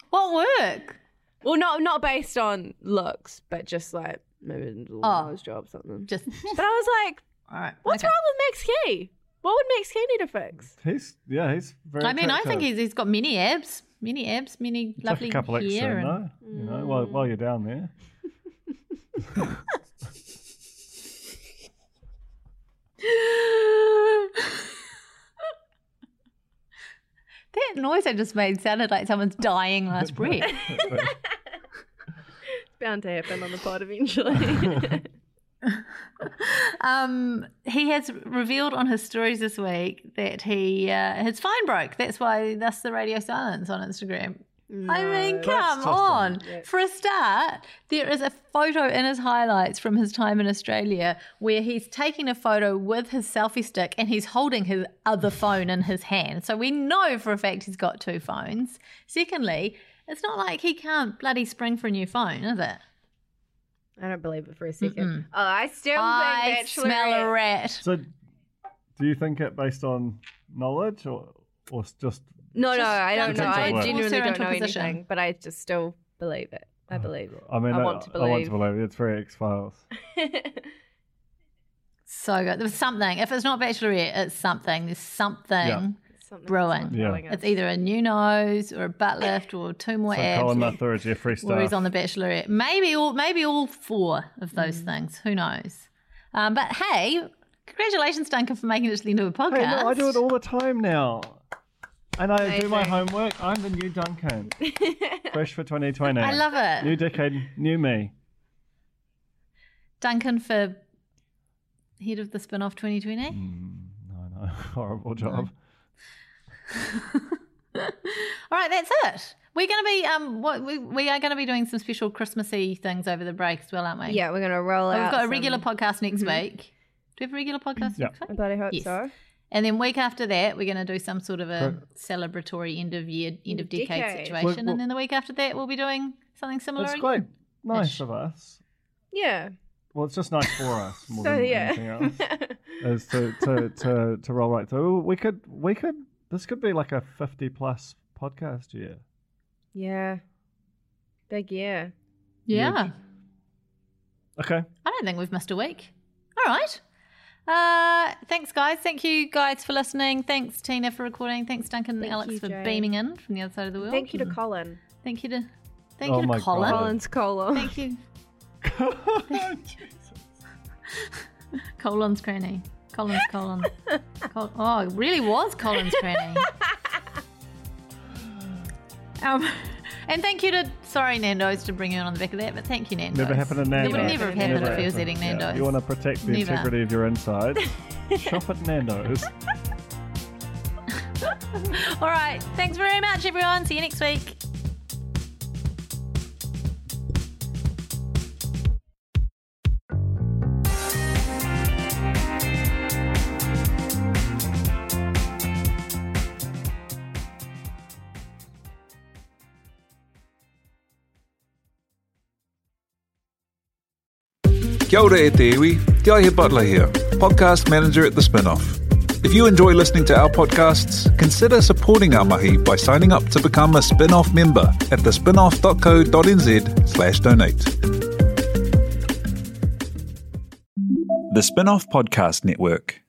Speaker 2: What work?
Speaker 4: Well, not not based on looks, but just like maybe it was
Speaker 2: Oh.
Speaker 4: his job something.
Speaker 2: Just
Speaker 4: But I was like,
Speaker 2: all right.
Speaker 4: what's
Speaker 2: okay.
Speaker 4: wrong with Max Key? What would Max Key need to fix?
Speaker 3: He's yeah, he's very.
Speaker 2: I mean, I think
Speaker 3: attractive.
Speaker 2: he's he's got many abs, many abs, many
Speaker 3: It's
Speaker 2: lovely
Speaker 3: like a couple
Speaker 2: hair.
Speaker 3: extra,
Speaker 2: and-
Speaker 3: no? You know, while while you're down there.
Speaker 2: That noise I just made sounded like someone's dying last breath.
Speaker 4: It's bound to happen on the pod eventually.
Speaker 2: Um, he has revealed on his stories this week that he uh, his phone broke. That's why that's the radio silence on Instagram. I mean, come
Speaker 3: tough
Speaker 2: on. For a start, there is a photo in his highlights from his time in Australia where he's taking a photo with his selfie stick and he's holding his other phone in his hand. So we know for a fact he's got two phones. Secondly, it's not like he can't bloody spring for a new phone, is it?
Speaker 4: I don't believe it for a 2nd Oh, I still
Speaker 2: I
Speaker 4: think
Speaker 2: smell a rat.
Speaker 3: So, do you think it based on knowledge or or s- just
Speaker 4: No, no,
Speaker 2: Just
Speaker 4: I don't
Speaker 3: don't
Speaker 4: know.
Speaker 3: think
Speaker 4: I
Speaker 3: it works.
Speaker 4: genuinely
Speaker 2: Force her
Speaker 4: don't know
Speaker 2: into a position.
Speaker 4: anything, but I just still believe it. I believe.
Speaker 3: I mean,
Speaker 4: I want to
Speaker 3: I want
Speaker 4: believe.
Speaker 3: to believe it's very X Files.
Speaker 2: So good. There was something. If it's not Bachelorette, it's something. There's something
Speaker 3: Yeah.
Speaker 4: [LAUGHS] Something
Speaker 2: brewing.
Speaker 3: Yeah.
Speaker 2: It's either a new nose or a butt lift or two more
Speaker 3: So
Speaker 2: abs.
Speaker 3: Colin Nutter or
Speaker 2: [LAUGHS]
Speaker 3: Jeffrey Star.
Speaker 2: or he's on the Bachelorette. Maybe all maybe all four of those
Speaker 3: Mm.
Speaker 2: things. Who knows? Um, but hey, congratulations, Duncan, for making it to the end of a podcast.
Speaker 3: Hey, no, I do it all the time now. And I do my
Speaker 4: Amazing.
Speaker 3: homework. I'm the new Duncan.
Speaker 2: [LAUGHS]
Speaker 3: Fresh for 2020.
Speaker 2: I love it,
Speaker 3: New decade, new me.
Speaker 2: Duncan, for head of the spin off 2020.
Speaker 3: Mm. No, no, [LAUGHS] horrible job.
Speaker 2: All right, that's it. We're going to be um, what we, we are going to be doing some special Christmassy things over the break as well, aren't we?
Speaker 4: Yeah, we're gonna roll
Speaker 2: Oh,
Speaker 4: out.
Speaker 2: we've got a
Speaker 4: some- Mm-hmm.
Speaker 2: regular podcast next week. Do we have a regular podcast
Speaker 3: Yeah.
Speaker 2: next week?
Speaker 4: I bloody hope
Speaker 2: Yes.
Speaker 4: so.
Speaker 2: And then week after that, we're going to do some sort of a celebratory end of year, end of decade,
Speaker 4: Decade.
Speaker 2: situation.
Speaker 3: Well, well-
Speaker 2: and then the week after that, we'll be doing something similar.
Speaker 3: It's
Speaker 2: again.
Speaker 3: quite nice
Speaker 2: Ish.
Speaker 3: of us.
Speaker 4: Yeah.
Speaker 3: Well, it's just nice for
Speaker 2: [LAUGHS]
Speaker 3: us more
Speaker 4: So
Speaker 3: than anything
Speaker 4: yeah.
Speaker 3: else.
Speaker 4: [LAUGHS]
Speaker 3: Is to, to, to, to roll right through. We could, we could, this could be like a 50 plus podcast year.
Speaker 4: yeah. Big yeah.
Speaker 2: Yeah.
Speaker 3: Okay.
Speaker 2: I don't think we've missed a week. All right. Uh, thanks, guys. Thank you, guys, for listening. Thanks, Tina, for recording. Thanks, Duncan and
Speaker 4: Thank
Speaker 2: Alex,
Speaker 4: you,
Speaker 2: for
Speaker 4: Jane.
Speaker 2: beaming in from the other side of the world.
Speaker 4: Thank you to Colin.
Speaker 2: Thank you to, thank
Speaker 3: Oh
Speaker 2: you
Speaker 3: my
Speaker 2: to Colin.
Speaker 3: God.
Speaker 4: Colin's Colin.
Speaker 2: Thank [LAUGHS] you. Colin's cranny. Colin's colon. Col- oh, it really was Colin's cranny. Um, and thank you to sorry Nando's to bring you in on the back of that, but thank you Nando's.
Speaker 3: Never happened in
Speaker 2: It
Speaker 3: Nando's.
Speaker 2: would never have happened if he was eating
Speaker 3: Yeah.
Speaker 2: Nando's.
Speaker 3: You want to protect the
Speaker 2: Never.
Speaker 3: integrity of your insides.
Speaker 2: [LAUGHS]
Speaker 3: Shop at Nando's.
Speaker 2: All right, thanks very much, everyone. See you next week.
Speaker 13: Kia ora e te iwi, Te Aihe Butler here, podcast manager at The Spinoff. If you enjoy listening to our podcasts, consider supporting our mahi by signing up to become a Spinoff member at thespinoff.co.nz slash donate. The Spinoff Podcast Network.